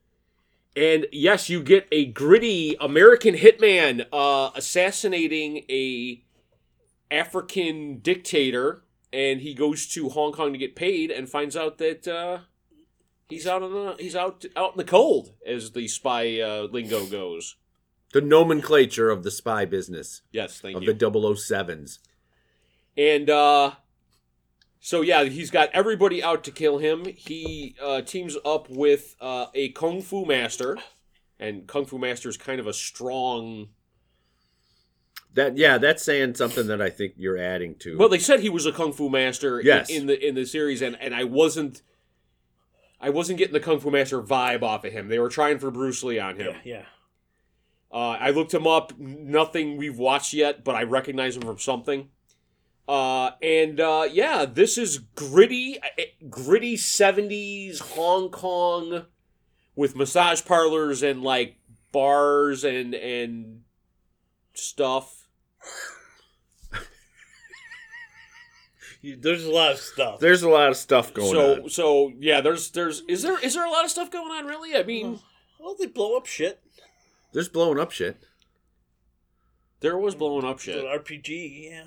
Speaker 1: And yes, you get a gritty American hitman uh, assassinating a African dictator, and he goes to Hong Kong to get paid, and finds out that uh, he's out on the he's out out in the cold, as the spy uh, lingo goes.
Speaker 3: The nomenclature of the spy business
Speaker 1: Yes, thank
Speaker 3: of
Speaker 1: you.
Speaker 3: the 007s.
Speaker 1: And uh so yeah, he's got everybody out to kill him. He uh, teams up with uh, a kung fu master, and kung fu master is kind of a strong.
Speaker 3: That yeah, that's saying something that I think you're adding to.
Speaker 1: Well, they said he was a kung fu master in-
Speaker 3: Yes.
Speaker 1: in, the in the series, and and I wasn't. I wasn't getting the Kung Fu Master vibe off of him. They were trying for Bruce Lee on him.
Speaker 2: Yeah, yeah.
Speaker 1: Uh, I looked him up. n- Nothing we've watched yet, but I recognize him from something. Uh, and uh, yeah, this is gritty, uh, gritty '70s Hong Kong with massage parlors and like bars and and stuff.
Speaker 2: You, there's a lot of stuff.
Speaker 3: There's a lot of stuff going
Speaker 1: so
Speaker 3: on.
Speaker 1: so yeah, there's there's is there is there a lot of stuff going on really? I mean,
Speaker 2: well, Oh, they blow up shit.
Speaker 3: There's blowing up shit.
Speaker 1: there was blowing up
Speaker 2: It's
Speaker 1: shit.
Speaker 2: an RPG, yeah.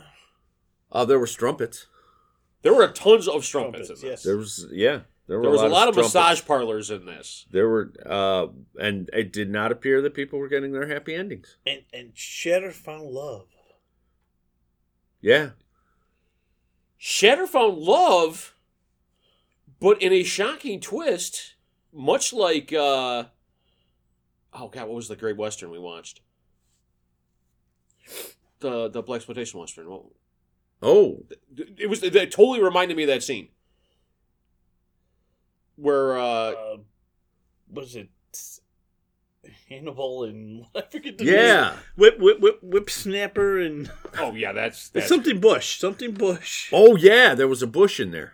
Speaker 3: Uh, there were strumpets.
Speaker 1: There were tons of strumpets.
Speaker 2: Trumpets,
Speaker 1: in this.
Speaker 2: Oh, yes.
Speaker 3: There was yeah. There, were
Speaker 1: There was a lot of
Speaker 3: strumpets.
Speaker 1: massage parlors in this.
Speaker 3: There were uh, and it did not appear that people were getting their happy endings.
Speaker 2: And and Shatter found love.
Speaker 3: Yeah,
Speaker 1: Shatter found love, but in a shocking twist, much like uh oh god, what was the great western we watched? The the black exploitation western. Well,
Speaker 3: Oh,
Speaker 1: it was that totally reminded me of that scene where uh
Speaker 2: Uh, was it Hannibal and I forget the name.
Speaker 3: yeah.
Speaker 2: Whip whip whip whip snapper and
Speaker 1: oh yeah, that's
Speaker 2: it's
Speaker 1: that's
Speaker 2: something Bush something Bush.
Speaker 3: Oh, yeah. There was a bush in there.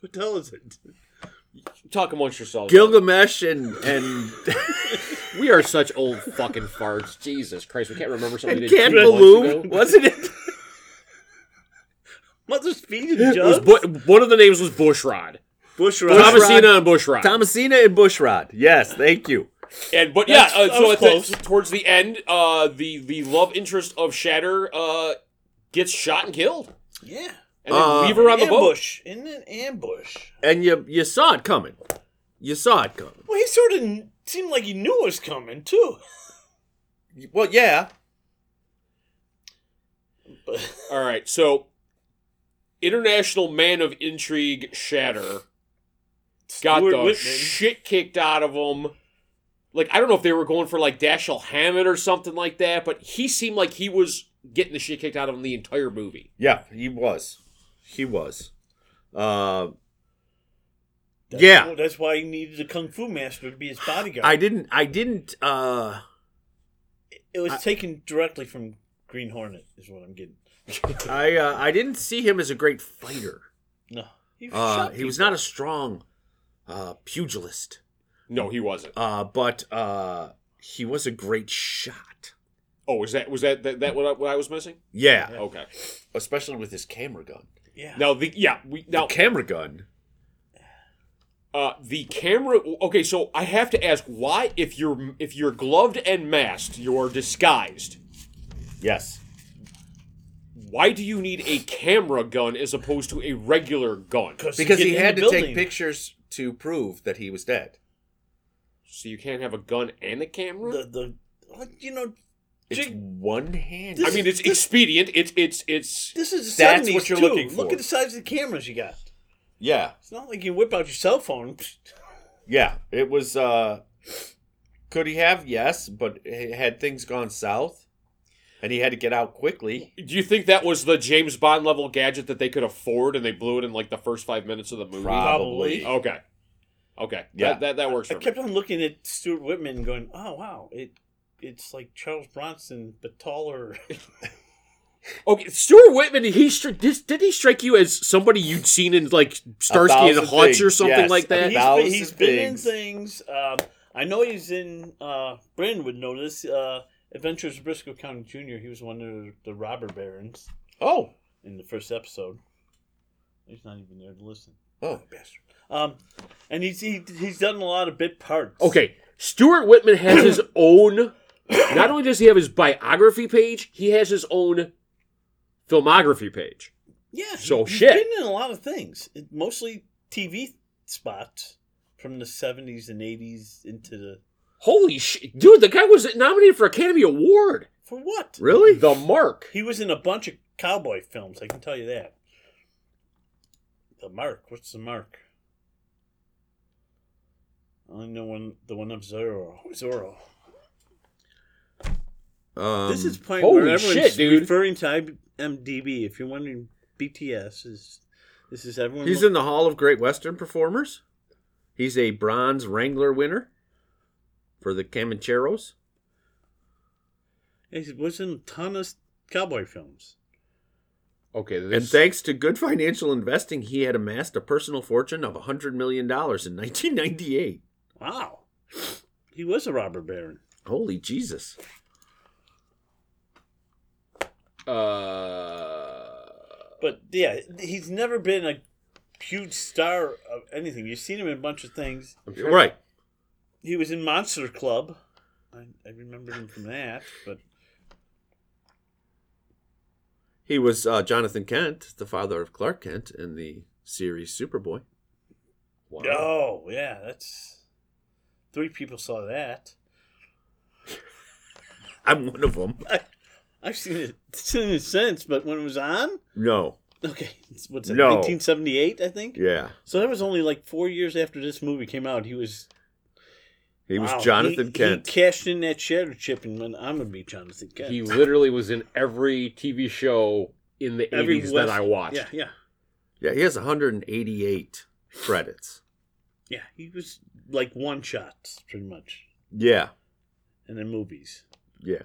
Speaker 2: What the hell is it?
Speaker 1: talk amongst yourselves.
Speaker 3: Gilgamesh and and
Speaker 1: we are such old fucking farts. Jesus Christ, we can't remember something.
Speaker 3: and
Speaker 1: we did two months ago.
Speaker 3: Canbaloo, wasn't it?
Speaker 2: Mother's feet and
Speaker 1: It was
Speaker 2: jugs.
Speaker 1: Bu- one of the names was Bushrod.
Speaker 2: Bush Rod.
Speaker 3: Bushrod.
Speaker 1: Thomasina and Bushrod.
Speaker 3: Thomasina and Bushrod. Yes, thank you.
Speaker 1: And but
Speaker 2: That's-
Speaker 1: yeah, uh,
Speaker 2: that
Speaker 1: so
Speaker 2: was
Speaker 1: at the-
Speaker 2: close.
Speaker 1: towards the end, uh, the the love interest of Shatter uh, gets shot and killed,
Speaker 2: Yeah.
Speaker 1: and then
Speaker 3: Uh,
Speaker 1: leave her on the boat.
Speaker 2: ambush. In an ambush.
Speaker 3: And you you saw it coming. You saw it coming.
Speaker 2: Well, he sort of seemed like he knew it was coming too.
Speaker 3: Well, yeah.
Speaker 2: But
Speaker 1: All right, so international man of intrigue Shatter got
Speaker 2: Stuart
Speaker 1: the
Speaker 2: Whitman.
Speaker 1: shit kicked out of him. Like I don't know if they were going for like Dashiell Hammett or something like that, but he seemed like he was getting the shit kicked out of him the entire movie.
Speaker 3: Yeah, he was. He was. Uh,
Speaker 2: That's
Speaker 3: Yeah.
Speaker 2: why- that's why he needed a kung fu master to be his bodyguard.
Speaker 3: I didn't. I didn't. Uh,
Speaker 2: it was taken directly from Green Hornet, is what I'm getting.
Speaker 3: I uh, I didn't see him as a great fighter.
Speaker 2: No, he,
Speaker 3: Uh,
Speaker 2: shot
Speaker 3: he was
Speaker 2: people.
Speaker 3: not a strong uh, pugilist,
Speaker 1: No, he wasn't.
Speaker 3: uh, but uh, he was a great shot.
Speaker 1: Oh, was that was that that, that what, I, what I was missing?
Speaker 3: Yeah,
Speaker 1: Okay.
Speaker 3: especially with his camera gun.
Speaker 2: Yeah,
Speaker 1: Now the yeah we now
Speaker 3: the camera gun.
Speaker 1: Uh, the camera. Okay, so I have to ask why, if you're if you're gloved and masked, you're disguised.
Speaker 3: Yes.
Speaker 1: Why do you need a camera gun as opposed to a regular gun?
Speaker 3: Because
Speaker 2: get
Speaker 3: he
Speaker 2: in
Speaker 3: had
Speaker 2: the
Speaker 3: to take
Speaker 2: building.
Speaker 3: pictures to prove that he was dead.
Speaker 1: So you can't have a gun and a camera.
Speaker 2: The the what, you know,
Speaker 3: It's
Speaker 1: Jig-
Speaker 3: one hand.
Speaker 1: I mean, it's expedient. It's it's it's
Speaker 2: This is the
Speaker 3: That's
Speaker 2: 70s
Speaker 3: what you're
Speaker 2: too.
Speaker 3: looking
Speaker 2: Look
Speaker 3: for.
Speaker 2: at the size of the cameras you got.
Speaker 3: yeah,
Speaker 2: It's not like you whip out your cell phone.
Speaker 3: yeah. It was. uh Could he have? Yes, but h- had things gone south, and he had to get out quickly.
Speaker 1: Do you think that was the James Bond level gadget that they could afford and they blew it in like the first five minutes of the movie?
Speaker 2: Probably.
Speaker 1: Okay. Okay.
Speaker 3: Yeah.
Speaker 1: That, that, that works
Speaker 2: I
Speaker 1: for
Speaker 2: kept
Speaker 1: me.
Speaker 2: on looking at Stuart Whitman and going, "Oh wow, it it's like Charles Bronson but taller."
Speaker 1: Okay. Stuart Whitman, he stri- did, did he strike you as somebody you'd seen in like Starsky and
Speaker 3: thousand
Speaker 1: Hutch or
Speaker 3: things,
Speaker 1: something
Speaker 3: yes.
Speaker 1: like that?
Speaker 3: A
Speaker 2: he's been,
Speaker 3: thousand
Speaker 2: he's been in
Speaker 3: things.
Speaker 2: things. Uh, I know he's in. Uh, Brandon would know this. Uh, Adventures of Briscoe County Jr. He was one of the robber barons
Speaker 3: Oh,
Speaker 2: in the first episode. He's not even there to listen.
Speaker 3: oh,
Speaker 2: Bastard. Um, and he's he, he's done a lot of bit parts.
Speaker 1: Okay. Stuart Whitman has his own. Not only does he have his biography page, he has his own filmography page.
Speaker 2: Yeah.
Speaker 1: So
Speaker 2: he,
Speaker 1: shit.
Speaker 2: He's been in a lot of things, It- mostly TV spots from the seventies and eighties into the
Speaker 1: Holy shit. Dude, the guy was nominated for Academy Award.
Speaker 2: for what?
Speaker 3: really?
Speaker 1: The Mark.
Speaker 2: He was in a bunch of cowboy films. I can tell you that. The Mark. What's the Mark? I only know one. The one of Zorro. Zorro.
Speaker 3: Um,
Speaker 2: this is point
Speaker 1: holy
Speaker 2: where everyone's
Speaker 1: shit, dude.
Speaker 2: referring to IMDb. If you're wondering, BTS is. This is everyone.
Speaker 3: He's
Speaker 2: look-
Speaker 3: in the Hall of Great Western Performers. He's a bronze Wrangler winner for the Comancheros.
Speaker 2: He was in a ton of cowboy films.
Speaker 1: Okay.
Speaker 3: And
Speaker 1: This,
Speaker 3: thanks to good financial investing, he had amassed a personal fortune of $100 million in 1998.
Speaker 2: Wow. He was a robber baron.
Speaker 3: Holy Jesus.
Speaker 1: uh.
Speaker 2: But yeah, he's never been a huge star of anything. You've seen him in a bunch of things.
Speaker 3: Right.
Speaker 2: He was in Monster Club. I, I remember him from that. But
Speaker 3: He was uh, Jonathan Kent, the father of Clark Kent in the series Superboy.
Speaker 1: Wow.
Speaker 2: oh yeah, that's three people saw that.
Speaker 3: I'm one of them.
Speaker 2: I've seen it, seen it since, but when it was on,
Speaker 3: No.
Speaker 2: okay, it's, what's that?
Speaker 3: No.
Speaker 2: 1978, I think.
Speaker 3: Yeah.
Speaker 2: So that was only like four years after this movie came out. He was
Speaker 3: He was
Speaker 2: wow,
Speaker 3: Jonathan
Speaker 2: he-
Speaker 3: Kent.
Speaker 2: He cashed in that shadow chip and went, "I'm gonna be Jonathan Kent."
Speaker 1: He literally was in every TV show in the
Speaker 2: Every
Speaker 1: 80s
Speaker 2: West-
Speaker 1: that I watched.
Speaker 2: Yeah, yeah,
Speaker 3: yeah, he has 188 credits.
Speaker 2: yeah. He was like one shots pretty much,
Speaker 3: Yeah.
Speaker 2: and then movies.
Speaker 3: Yeah.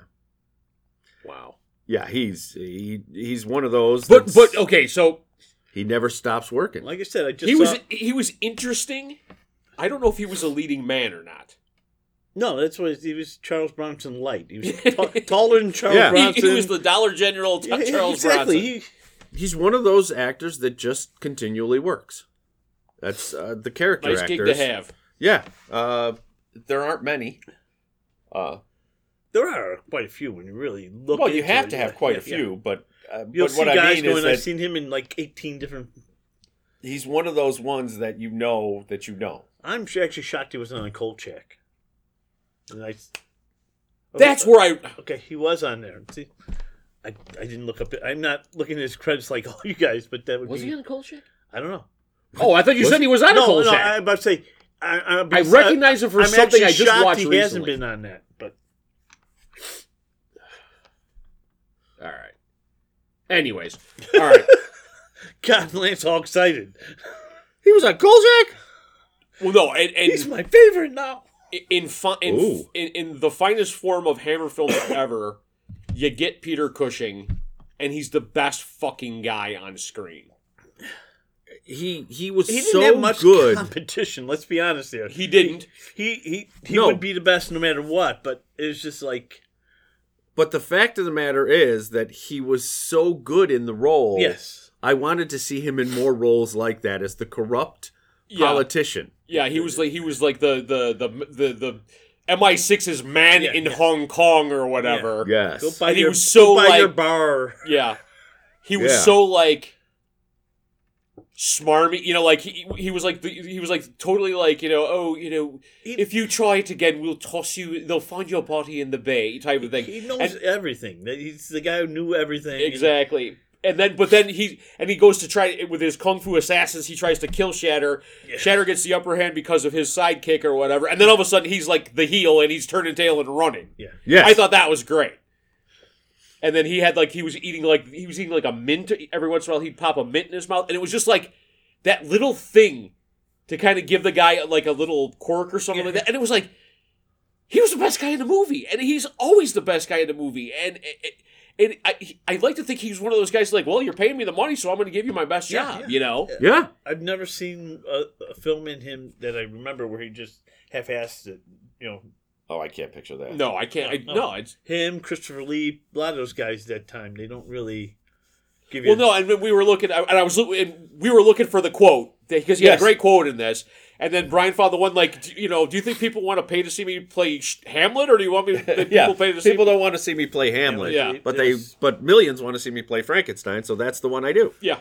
Speaker 1: Wow.
Speaker 3: Yeah, he's he, he's one of those.
Speaker 1: But
Speaker 3: that's-
Speaker 1: but oh okay, so
Speaker 3: he never stops working.
Speaker 2: Like I said, I just
Speaker 1: he
Speaker 2: saw,
Speaker 1: was he was interesting. I don't know if he was a leading man or not.
Speaker 2: no. That's what he was. Charles Bronson light. He was t- taller than Charles
Speaker 3: Yeah.
Speaker 1: He,
Speaker 2: Bronson.
Speaker 1: he was the Dollar General t-
Speaker 2: Yeah, yeah,
Speaker 1: Charles
Speaker 2: exactly.
Speaker 1: Bronson.
Speaker 2: He,
Speaker 3: He's one of those actors that just continually works. That's uh, the character
Speaker 1: Nice
Speaker 3: actors.
Speaker 1: gig to have.
Speaker 3: Yeah, uh, there aren't many. Uh,
Speaker 2: there are quite a few when you really look.
Speaker 3: well, you
Speaker 2: into
Speaker 3: have
Speaker 2: it.
Speaker 3: to have
Speaker 2: Yeah,
Speaker 3: quite a
Speaker 2: yeah, yeah.
Speaker 3: few, but uh,
Speaker 2: You'll
Speaker 3: but
Speaker 2: see
Speaker 3: what
Speaker 2: guys
Speaker 3: I mean
Speaker 2: going.
Speaker 3: is
Speaker 2: I've
Speaker 3: that
Speaker 2: seen him in like 18 different.
Speaker 3: he's one of those ones that you know that you know.
Speaker 2: I'm sh- actually shocked he wasn't on Kolchak. And I,
Speaker 1: That's where I
Speaker 2: Okay, he was on there. See, I, I didn't look up. I'm not looking at his credits like all you guys, but that would be.
Speaker 1: a cold shack?
Speaker 2: I don't know.
Speaker 1: Oh, I thought you
Speaker 3: Was-
Speaker 1: said he was on a
Speaker 2: No,
Speaker 1: cold
Speaker 2: no,
Speaker 1: shack.
Speaker 2: I'm about to say. I, I,
Speaker 1: I, recognize him for
Speaker 2: I'm
Speaker 1: something
Speaker 2: actually
Speaker 1: I just
Speaker 2: shocked
Speaker 1: watched
Speaker 2: he
Speaker 1: recently.
Speaker 2: hasn't been on that, but
Speaker 1: All right. Anyways, all right.
Speaker 2: God, Lance all excited.
Speaker 3: He was on Kolchak.
Speaker 1: well, no, and, and
Speaker 2: He's my favorite now.
Speaker 1: in fi- in,
Speaker 3: Ooh.
Speaker 1: in in the finest form of Hammer films ever, you get Peter Cushing, and he's the best fucking guy on screen.
Speaker 3: He he was
Speaker 2: He didn't
Speaker 3: so
Speaker 2: have much
Speaker 3: good.
Speaker 2: competition. Let's be honest here.
Speaker 1: He didn't.
Speaker 2: He he he
Speaker 3: No.
Speaker 2: would be the best no matter what. But it was just like
Speaker 3: but the fact of the matter is that he was so good in the role.
Speaker 2: yes,
Speaker 3: I wanted to see him in more roles like that as the corrupt
Speaker 1: Yeah,
Speaker 3: politician.
Speaker 1: yeah. He was like he was like the the the the, the MI6's man
Speaker 2: Yeah,
Speaker 1: in
Speaker 2: yeah.
Speaker 1: Hong Kong or whatever. Yeah,
Speaker 3: Yes.
Speaker 2: go buy
Speaker 1: And he
Speaker 2: your
Speaker 1: was so,
Speaker 2: go buy your
Speaker 1: like-
Speaker 2: bar.
Speaker 1: he was
Speaker 3: Yeah.
Speaker 1: so like smarmy. You know, like he he was like the, he was like totally like you know oh you know
Speaker 2: He-
Speaker 1: if you try it again we'll toss you they'll find your body in the bay type of thing.
Speaker 2: He knows everything. That He's the guy who knew everything.
Speaker 1: Exactly. And then, but then he and he goes to try with his kung fu assassins. He tries to kill Shatter.
Speaker 2: Yeah.
Speaker 1: Shatter gets the upper hand because of his sidekick or whatever. And then all of a sudden, he's like the heel and he's turning tail and running.
Speaker 2: Yeah.
Speaker 3: Yes.
Speaker 1: I thought that was great. And then he had like he was eating like he was eating like a mint every once in a while. He'd pop a mint in his mouth, and it was just like that little thing to kind of give the guy like a little quirk or something like
Speaker 2: Yeah.
Speaker 1: that. And it was like he was the best guy in the movie, and he's always the best guy in the movie. And it, it, I he- I like to think he's one of those guys like, well, you're paying me the money, so I'm going to give you my best
Speaker 2: Yeah,
Speaker 1: job.
Speaker 2: yeah.
Speaker 1: You know,
Speaker 3: yeah.
Speaker 2: I've never seen a, a film in him that I remember where he just half-assed it. You know,
Speaker 3: Oh, I can't picture that.
Speaker 1: no, I can't. I,
Speaker 2: Oh.
Speaker 1: no, it's
Speaker 2: him, Christopher Lee, a lot of those guys that time they don't really give you.
Speaker 1: Well, no, and when we were looking, and I was, loo- and we were looking for the quote because he had
Speaker 3: Yes.
Speaker 1: a great quote in this. And then Brian found the one like, do- you know, do you think people want to pay to see me play Sh- Hamlet, or do you want me? That people
Speaker 3: yeah,
Speaker 1: pay to
Speaker 3: people
Speaker 1: see.
Speaker 3: don't want to see me play Hamlet,
Speaker 1: Yeah.
Speaker 3: but they
Speaker 2: There's-
Speaker 3: but millions want to see me play Frankenstein, so that's the one I do.
Speaker 1: yeah,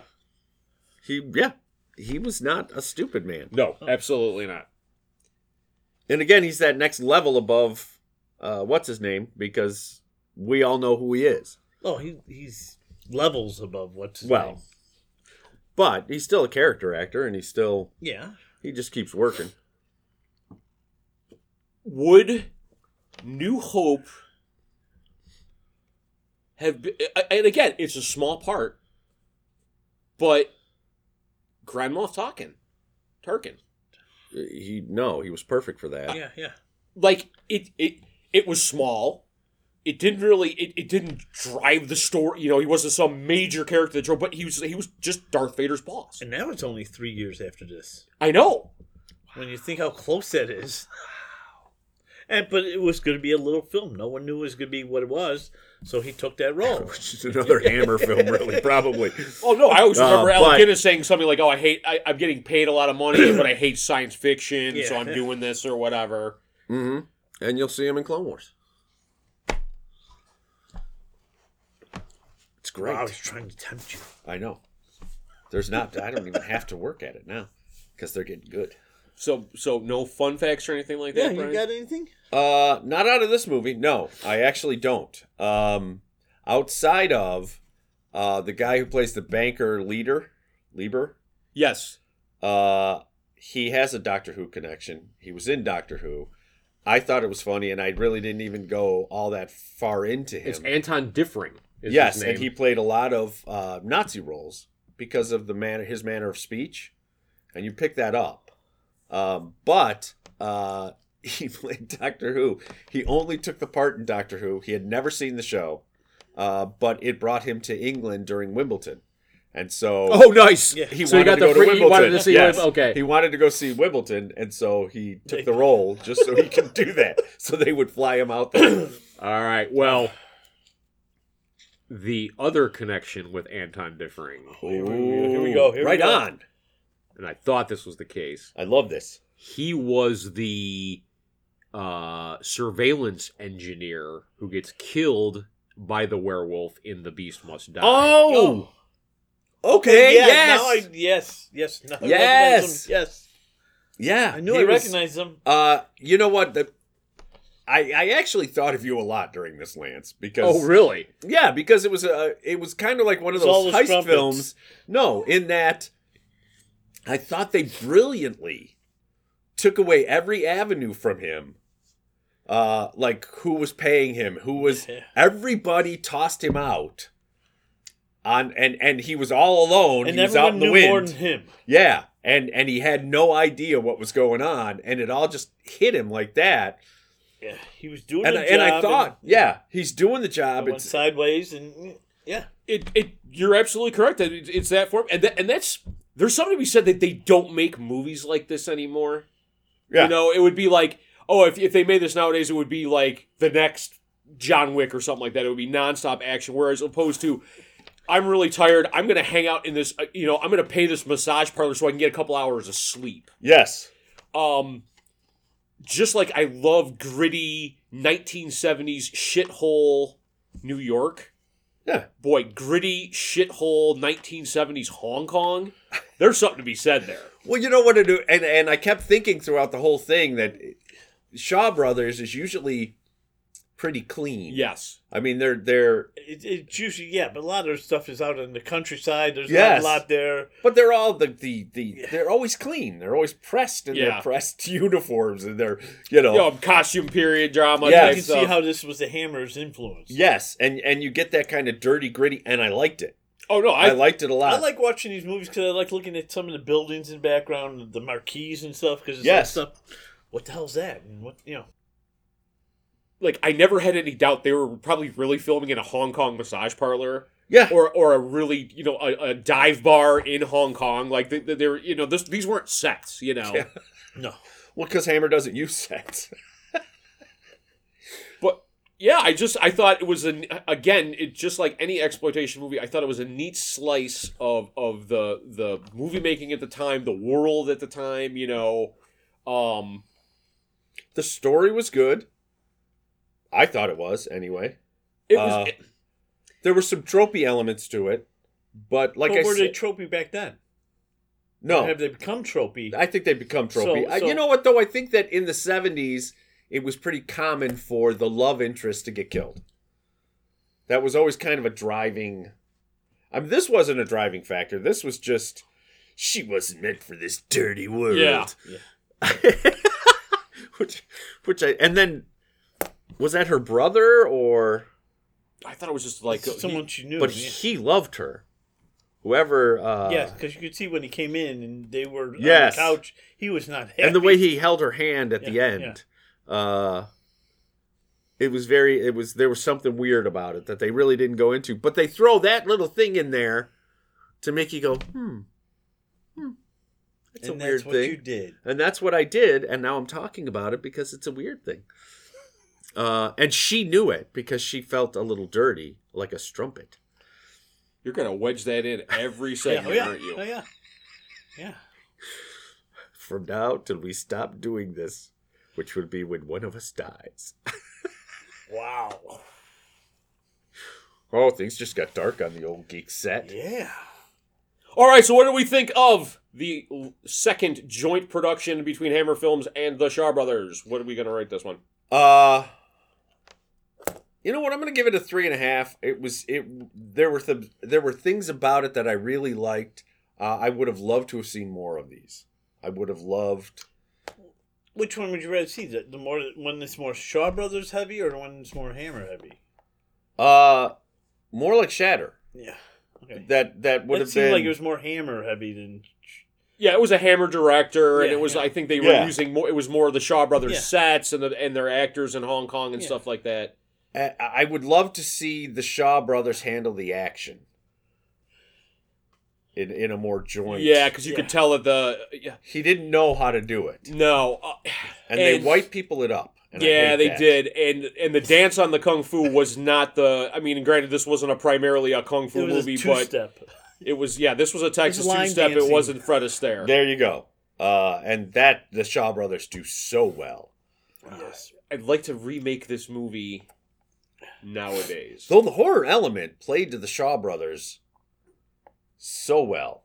Speaker 3: He yeah, he was not a stupid man.
Speaker 1: no, absolutely not.
Speaker 3: And again, he's that next level above uh, what's his name because we all know who he is.
Speaker 2: oh, he, he's levels above what's his
Speaker 3: Well,
Speaker 2: name.
Speaker 3: but he's still a character actor, and he's still
Speaker 2: yeah.
Speaker 3: he just keeps working.
Speaker 1: Would New Hope have? Been, and again, it's a small part, but Grand Moff Tarkin, Tarkin,
Speaker 3: He no, he was perfect for that.
Speaker 2: Yeah, yeah.
Speaker 1: like it it it was small it didn't really it, it didn't drive the story you know he wasn't some major character that drove but he was he was just darth vader's boss
Speaker 2: And now it's only three years after this.
Speaker 1: i know
Speaker 2: When you think how close that is. And but it was going to be a little film. No one knew it was going to be what it was, so he took that role.
Speaker 3: Which is another Hammer film, really, probably.
Speaker 1: oh no i always
Speaker 3: Uh,
Speaker 1: remember alec
Speaker 3: but-
Speaker 1: guinness saying something like oh i hate I, i'm getting paid a lot of money but i hate science fiction so
Speaker 2: Yeah.
Speaker 1: i'm doing this or whatever
Speaker 3: hmm And you'll see him in Clone Wars. It's great.
Speaker 2: Wow, he's trying to tempt you.
Speaker 3: I know. There's not. I don't even have to work at it now because they're getting good.
Speaker 1: so so no fun facts or anything like
Speaker 2: Yeah,
Speaker 1: that
Speaker 2: you
Speaker 1: Brian?
Speaker 2: got anything?
Speaker 3: Uh, not out of this movie. No, I actually don't. Um, outside of uh, the guy who plays the banker leader, Lieber.
Speaker 1: yes
Speaker 3: Uh, he has a Doctor Who connection. He was in Doctor Who. I thought it was funny, and I really didn't even go all that far into him.
Speaker 1: it's anton differing is his
Speaker 3: yes,
Speaker 1: name.
Speaker 3: and he played a lot of uh, Nazi roles because of the manner, his manner of speech, and you pick that up. Um, but uh, he played Doctor Who. He only took the part in Doctor Who. He had never seen the show, uh, but it brought him to England during Wimbledon, and so
Speaker 1: oh nice
Speaker 2: Yeah.
Speaker 3: he
Speaker 1: So you
Speaker 3: wanted
Speaker 1: got the
Speaker 3: to go
Speaker 1: free-
Speaker 3: to
Speaker 1: you
Speaker 3: Wimbledon.
Speaker 1: wanted to see
Speaker 3: yes.
Speaker 1: Wim- okay.
Speaker 3: He wanted to go see Wimbledon, and so he took the role just so he could do that. So they would fly him out there.
Speaker 1: all right well the other connection with anton differing
Speaker 2: Oh, Here we- here we go, here we
Speaker 3: right
Speaker 2: go.
Speaker 3: on.
Speaker 1: and i thought this was the case
Speaker 3: I love this.
Speaker 1: he was the uh, surveillance engineer who gets killed by the werewolf in The Beast Must Die.
Speaker 3: Oh, okay.
Speaker 2: yeah,
Speaker 3: yes.
Speaker 2: now I, yes, yes, now I
Speaker 3: Yes.
Speaker 2: recognize him. yes.
Speaker 3: yeah.
Speaker 2: I knew
Speaker 3: he
Speaker 2: I
Speaker 3: was-
Speaker 2: recognized him.
Speaker 3: Uh, you know what? The, I I actually thought of you a lot during this, Lance, because
Speaker 1: Oh, really?
Speaker 3: Yeah, because it was a it was kind of like one of
Speaker 2: It's all
Speaker 3: those
Speaker 2: those
Speaker 3: heist
Speaker 2: trumpets.
Speaker 3: films. No, in that I thought they brilliantly took away every avenue from him. Uh like who was paying him, who was
Speaker 2: Yeah.
Speaker 3: everybody tossed him out. On and and he was all alone.
Speaker 2: And
Speaker 3: he was
Speaker 2: everyone
Speaker 3: out in the
Speaker 2: knew
Speaker 3: wind.
Speaker 2: more than him.
Speaker 3: Yeah, and and he had no idea what was going on, and it all just hit him like that.
Speaker 2: Yeah, he was doing
Speaker 3: And
Speaker 2: a
Speaker 3: I- and I
Speaker 2: job
Speaker 3: thought,
Speaker 2: and-
Speaker 3: yeah, he's doing the job.
Speaker 2: It went
Speaker 3: It's
Speaker 2: sideways and yeah.
Speaker 1: It, it, you're absolutely correct. that It, it's that form. And, that, and that's, there's something to be said that they don't make movies like this anymore.
Speaker 3: Yeah.
Speaker 1: You know, it would be like, oh, if, if they made this nowadays, it would be like the next John Wick or something like that. It would be nonstop action. Whereas opposed to, I'm really tired. I'm going to hang out in this, uh, you know, I'm going to pay this massage parlor so I can get a couple hours of sleep.
Speaker 3: yes.
Speaker 1: um just like I love gritty 1970s shithole New York.
Speaker 3: Yeah.
Speaker 1: Boy, gritty shithole 1970s Hong Kong. There's something to be said there.
Speaker 3: Well, you know what to do, and and I kept thinking throughout the whole thing that Shaw Brothers is usually pretty clean.
Speaker 1: Yes.
Speaker 3: I mean they're they're
Speaker 2: It, it's usually yeah, but a lot of their stuff is out in the countryside. There's
Speaker 3: Yes.
Speaker 2: not a lot there.
Speaker 3: but they're all the the, the they're always clean. They're always pressed in
Speaker 1: Yeah.
Speaker 3: their pressed uniforms and they're you know
Speaker 1: You know, costume period drama.
Speaker 3: Yeah,
Speaker 1: type
Speaker 2: you can
Speaker 1: stuff.
Speaker 2: see how this was the Hammer's influence.
Speaker 3: yes, and and you get that kind of dirty gritty, and I liked it.
Speaker 1: oh, no. I,
Speaker 3: I, liked it a lot.
Speaker 2: I like watching these movies because I like looking at some of the buildings in the background, the marquees and stuff. Because
Speaker 3: Yes.
Speaker 2: yes, stuff, what the hell's that? And what you know?
Speaker 1: like I never had any doubt they were probably really filming in a Hong Kong massage parlor
Speaker 3: yeah,
Speaker 1: or or a really you know a, a dive bar in Hong Kong. Like they, they, they were you know this, these weren't sets. You know,
Speaker 3: Yeah.
Speaker 2: No,
Speaker 3: well, because Hammer doesn't use sex.
Speaker 1: but yeah, I just I thought it was an again it just like any exploitation movie. I thought it was a neat slice of of the the movie making at the time, the world at the time. You know, um,
Speaker 3: The story was good. I thought it was anyway.
Speaker 1: it was.
Speaker 3: Uh, There were some tropey elements to it, but like
Speaker 2: but
Speaker 3: I
Speaker 2: were they
Speaker 3: said,
Speaker 2: tropey back then?
Speaker 3: no,
Speaker 2: have they become tropey?
Speaker 3: I think they become tropey.
Speaker 2: So-
Speaker 3: I, you
Speaker 2: so-
Speaker 3: know what though? I think that in the seventies, it was pretty common for the love interest to get killed. That was always kind of a driving. I mean, this wasn't a driving factor. This was just she wasn't meant for this dirty world.
Speaker 1: Yeah.
Speaker 3: which, which I and then was that her brother or?
Speaker 1: I thought it was just like
Speaker 2: someone she knew.
Speaker 3: But
Speaker 2: yeah.
Speaker 3: he loved her. Whoever. Uh,
Speaker 2: Yes, because you could see when he came in and they were
Speaker 3: Yes.
Speaker 2: on the couch, he was not happy.
Speaker 3: and the way he held her hand at the
Speaker 2: Yeah,
Speaker 3: end uh it was very it was there was something weird about it that they really didn't go into but they throw that little thing in there to make you go hmm hmm it's
Speaker 2: and
Speaker 3: a
Speaker 2: that's
Speaker 3: weird
Speaker 2: what
Speaker 3: thing
Speaker 2: you did.
Speaker 3: and that's what i did and now i'm talking about it because it's a weird thing uh and she knew it because she felt a little dirty like a strumpet
Speaker 1: you're gonna wedge that in every
Speaker 2: Yeah,
Speaker 1: segment,
Speaker 2: oh, yeah,
Speaker 1: aren't you?
Speaker 2: oh, yeah, yeah.
Speaker 3: from now till we stop doing this which would be when one of us dies
Speaker 2: Wow.
Speaker 3: oh things just got dark on the old geek set
Speaker 2: Yeah.
Speaker 1: All right, so what do we think of the l- second joint production between Hammer Films and the Shaw Brothers? What are we going to rate this one?
Speaker 3: Uh you know what? I'm going to give it a three and a half. It was it. There were th- there were things about it that I really liked. Uh, I would have loved to have seen more of these. I would have loved.
Speaker 2: Which one would you rather see? The, the more one that's more Shaw Brothers heavy, or the one that's more Hammer heavy?
Speaker 3: Uh, more like Shatter.
Speaker 2: Yeah. Okay.
Speaker 3: That that would
Speaker 2: It
Speaker 3: have
Speaker 2: seemed
Speaker 3: been.
Speaker 2: like it was more Hammer heavy than.
Speaker 1: Yeah, it was a Hammer director, and
Speaker 2: Yeah,
Speaker 1: it was
Speaker 2: yeah.
Speaker 1: I think they
Speaker 3: Yeah.
Speaker 1: were using more. It was more of the Shaw Brothers
Speaker 2: Yeah.
Speaker 1: sets and the, and their actors in Hong Kong and
Speaker 2: Yeah.
Speaker 1: stuff like that.
Speaker 3: I- I would love to see the Shaw brothers handle the action. In in a more joint.
Speaker 1: Yeah, because you
Speaker 2: Yeah.
Speaker 1: could tell that the yeah,
Speaker 3: He didn't know how to do it,
Speaker 1: no, uh,
Speaker 3: and, they
Speaker 1: And-
Speaker 3: white people it up. and I
Speaker 1: yeah,
Speaker 3: hate
Speaker 1: they
Speaker 3: that.
Speaker 1: did, and and the dance on the kung fu was not the. I mean, granted, this wasn't a primarily a kung fu
Speaker 2: It was
Speaker 1: movie,
Speaker 2: a
Speaker 1: but
Speaker 2: two-step.
Speaker 1: it was yeah, this was a Texas
Speaker 2: line
Speaker 1: two step. It
Speaker 2: dancing.
Speaker 1: wasn't Fred Astaire.
Speaker 3: There you go. Uh, and that the Shaw brothers do so well.
Speaker 2: Yes.
Speaker 1: I'd like to remake this movie nowadays.
Speaker 3: Though the horror element played to the Shaw brothers so well.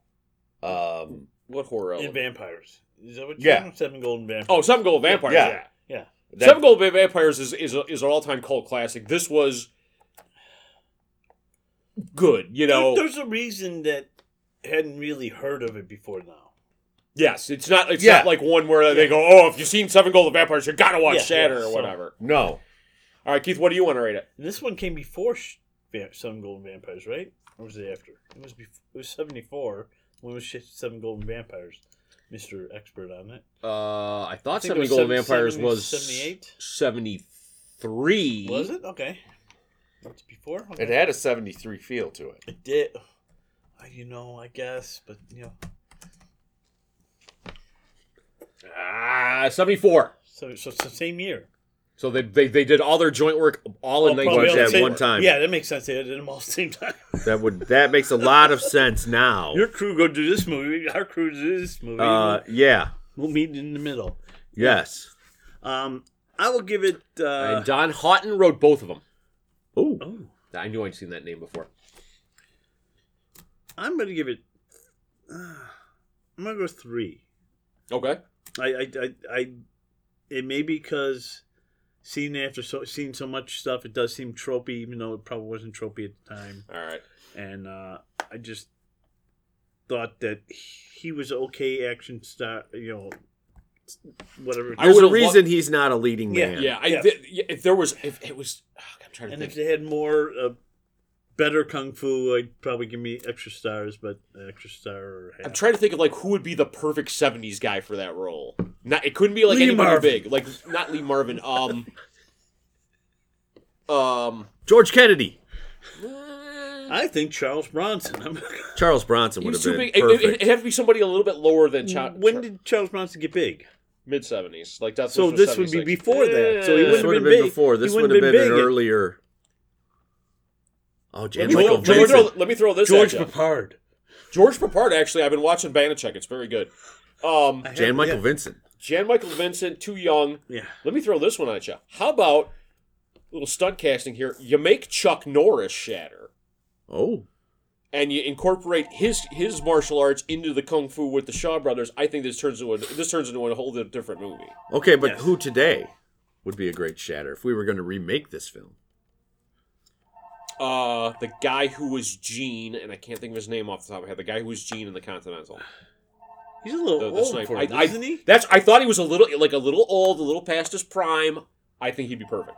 Speaker 3: Um,
Speaker 1: What horror
Speaker 2: And
Speaker 1: element?
Speaker 2: vampires. Is that what?
Speaker 3: Yeah.
Speaker 2: You Seven Golden Vampires.
Speaker 1: Oh, Seven Gold Vampires.
Speaker 3: Yeah.
Speaker 1: Yeah,
Speaker 2: Yeah.
Speaker 3: that-
Speaker 1: Seven Gold Va- Vampires is is, a, is an all time cult classic. This was good. You know,
Speaker 2: There- there's a reason that I hadn't really heard of it before now.
Speaker 1: yes, it's not it's
Speaker 3: Yeah.
Speaker 1: not like one where they go, oh, if you've seen Seven Gold Vampires, you gotta watch
Speaker 2: Yeah,
Speaker 1: Shatter
Speaker 2: yeah,
Speaker 1: or
Speaker 2: so-
Speaker 1: whatever.
Speaker 3: no,
Speaker 1: All right, Keith, what do you want to rate it?
Speaker 2: And this one came before Sh- Vamp- Seven Golden Vampires, right? Or was it after? It was before, it was seventy four. When was Sh- Seven Golden Vampires? Mister expert on it.
Speaker 1: Uh, I thought
Speaker 2: think it was seven- 70 78?
Speaker 1: seventy three.
Speaker 2: Was it okay? That's before. Okay.
Speaker 3: it had a seventy-three feel to it.
Speaker 2: It did. Uh, You know, I guess, but you know,
Speaker 1: Ah, seventy four.
Speaker 2: so so it's the same year.
Speaker 1: So they, they they did all their joint work all in
Speaker 2: Well,
Speaker 3: probably
Speaker 1: 1974.
Speaker 3: all at
Speaker 2: same-
Speaker 3: one time.
Speaker 2: Yeah, that makes sense. They did them all at the same time.
Speaker 3: That would that makes a lot of sense now.
Speaker 2: Your crew go do this movie. Our crew do this movie.
Speaker 3: Uh, yeah.
Speaker 2: we'll meet in the middle.
Speaker 3: Yes.
Speaker 2: Um, I will give it. Uh,
Speaker 1: and Don Houghton wrote both of them.
Speaker 3: Ooh.
Speaker 2: oh,
Speaker 4: I knew I'd seen that name before.
Speaker 2: I'm going to give it. Uh, I'm going to go three.
Speaker 1: Okay.
Speaker 2: I, I, I, I it may be because seeing after so seeing so much stuff, it does seem tropey, even though it probably wasn't tropey at the time.
Speaker 1: All right.
Speaker 2: And uh, I just thought that he was okay action star. You know, whatever.
Speaker 1: I
Speaker 3: There's
Speaker 1: would've
Speaker 3: a
Speaker 1: lo-
Speaker 3: reason he's not a leading
Speaker 2: Yeah,
Speaker 3: man.
Speaker 1: Yeah. I,
Speaker 2: Yeah.
Speaker 1: th- yeah, if there was, if it was, ugh, I'm trying to
Speaker 2: and if
Speaker 1: think.
Speaker 2: they had more uh, better kung fu, I'd probably give me extra stars, but an extra star or half.
Speaker 1: I'm trying to think of like who would be the perfect '70s guy for that role. Not it couldn't be like
Speaker 2: Lee
Speaker 1: anybody
Speaker 2: Marvin.
Speaker 1: big, like not Lee Marvin. Um, um,
Speaker 3: George Kennedy,
Speaker 2: I think Charles Bronson. I'm,
Speaker 3: Charles Bronson
Speaker 1: he
Speaker 3: would
Speaker 1: was
Speaker 3: have
Speaker 1: too
Speaker 3: been
Speaker 1: big. It,
Speaker 3: perfect.
Speaker 1: it, would have to be somebody a little bit lower than Cha-
Speaker 2: when did Charles Bronson get big?
Speaker 1: mid '70s? Like that's
Speaker 2: So this would be before that. So he
Speaker 1: Yeah.
Speaker 3: this
Speaker 2: wouldn't have
Speaker 3: would
Speaker 2: been
Speaker 3: have been
Speaker 2: big.
Speaker 3: before.
Speaker 2: He
Speaker 3: This would
Speaker 2: wouldn't
Speaker 3: have been, an
Speaker 2: big.
Speaker 3: earlier. Oh,
Speaker 1: Let
Speaker 3: Jan
Speaker 1: me,
Speaker 3: Michael
Speaker 1: throw, let, me
Speaker 3: Vincent.
Speaker 1: throw, let me throw this
Speaker 2: George
Speaker 1: at you.
Speaker 2: Papard.
Speaker 1: George Papard. Actually, I've been watching Banachek. It's very good. Um,
Speaker 2: I
Speaker 3: Jan
Speaker 2: have-
Speaker 3: Michael
Speaker 2: yeah.
Speaker 3: Vincent.
Speaker 1: Jan Michael Vincent, too young.
Speaker 2: Yeah.
Speaker 1: Let me throw this one at you. How about a little stunt casting here? You make Chuck Norris shatter,
Speaker 3: Oh,
Speaker 1: and you incorporate his his martial arts into the kung fu with the Shaw brothers. I think this turns into a, this turns into a whole different movie.
Speaker 3: okay, but
Speaker 2: Yes.
Speaker 3: who today would be a great shatter if we were going to remake this film?
Speaker 1: Uh, the guy who was Gene, and I can't think of his name off the top of my head. The guy who was Gene in the Continental.
Speaker 2: He's a little
Speaker 1: The, the
Speaker 2: old
Speaker 1: sniper.
Speaker 2: Oh, for
Speaker 1: I,
Speaker 2: it,
Speaker 1: I-
Speaker 2: isn't he?
Speaker 1: That's. I thought he was a little like a little old, a little past his prime. I think he'd be perfect.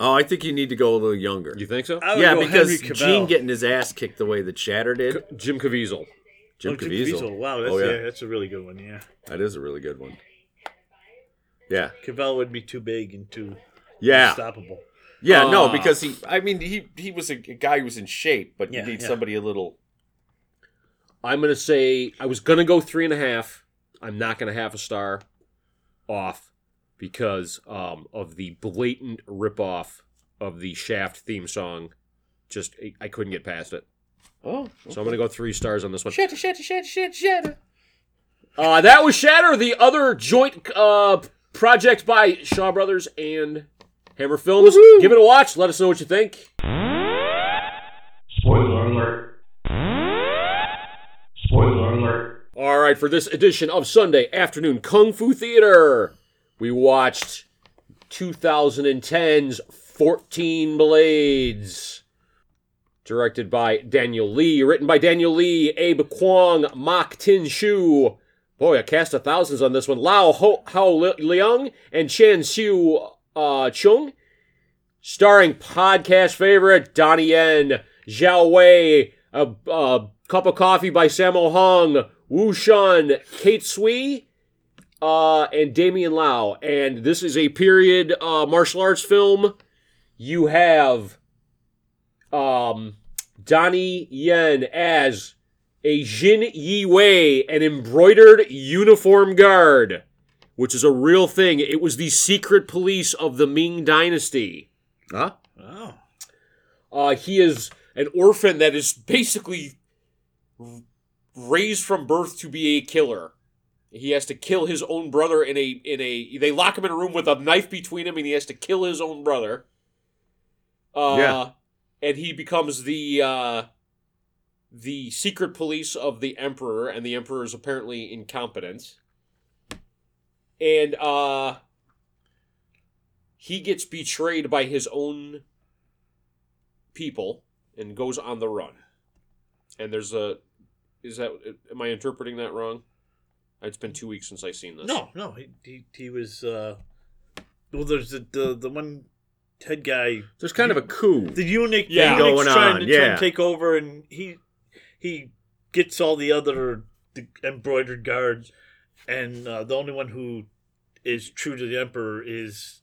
Speaker 3: Oh, I think you need to go a little younger.
Speaker 1: think so?
Speaker 2: I would
Speaker 3: Yeah,
Speaker 2: go
Speaker 3: because
Speaker 2: Henry Cavill.
Speaker 3: Gene getting his ass kicked the way that Shatter did.
Speaker 1: Jim Caviezel.
Speaker 3: Jim,
Speaker 2: Oh, Jim
Speaker 3: Caviezel.
Speaker 2: Caviezel. Wow, that's,
Speaker 3: oh yeah.
Speaker 2: yeah, that's a really good one. Yeah,
Speaker 3: that is a really good one. Yeah,
Speaker 2: Cavell would be too big and too
Speaker 3: yeah,
Speaker 2: unstoppable.
Speaker 3: yeah. no,
Speaker 1: Ah.
Speaker 3: because he. I mean, he he was a guy who was in shape, but
Speaker 2: Yeah,
Speaker 3: you need
Speaker 2: yeah.
Speaker 3: somebody a little.
Speaker 4: I'm gonna say I was gonna go three and a half. I'm not gonna have a star off because um, of the blatant ripoff of the Shaft theme song. Just I, I couldn't get past it,
Speaker 3: Oh,
Speaker 4: so I'm gonna go three stars on this one.
Speaker 3: shatter, shatter, shatter, shatter, shatter.
Speaker 4: Uh, that was Shatter, the other joint uh, project by Shaw Brothers and Hammer Films. Give it a watch. Let us know what you think.
Speaker 5: Spoiler alert. Spoiler alert.
Speaker 4: All right, for this edition of Sunday Afternoon Kung Fu Theater, we watched 2010's 14 Blades, directed by Daniel Lee, written by Daniel Lee, Abe Kwong, Mok Tin Shu. Boy, a cast of thousands on this one. Lao Ho, Hao Li- Liang and Chan Siu uh, Chung starring podcast favorite Donnie Yen, Zhao Wei, a, a cup of coffee by Sammo Hung, Wu Shun, Kate Sui, uh, and Damian Lau. And this is a period uh, martial arts film. You have um, Donnie Yen as a Jin Yi Wei, an embroidered uniform guard. Which is a real thing. It was the secret police of the Ming Dynasty.
Speaker 3: Huh?
Speaker 2: Wow.
Speaker 4: Uh, he is
Speaker 1: An orphan that is basically r- raised from birth to be a killer. He has to kill his own brother in a in a. They lock him in a room with a knife between him, and he has to kill his own brother. Uh,
Speaker 3: Yeah.
Speaker 1: And he becomes the uh, the secret police of the emperor, and the emperor is apparently incompetent. And uh, he gets betrayed by his own people and goes on the run. And there's a is that am I interpreting that wrong? It's been two weeks since I've seen this.
Speaker 2: No, no, he he, he was. Uh, well, there's the, the the one head guy,
Speaker 3: There's kind of a coup.
Speaker 2: the eunuch.
Speaker 1: Yeah.
Speaker 2: the eunuch's
Speaker 3: Going
Speaker 2: trying
Speaker 3: on,
Speaker 2: to try
Speaker 3: yeah.
Speaker 2: and take over, and he he gets all the other the embroidered guards, and uh, the only one who is true to the emperor is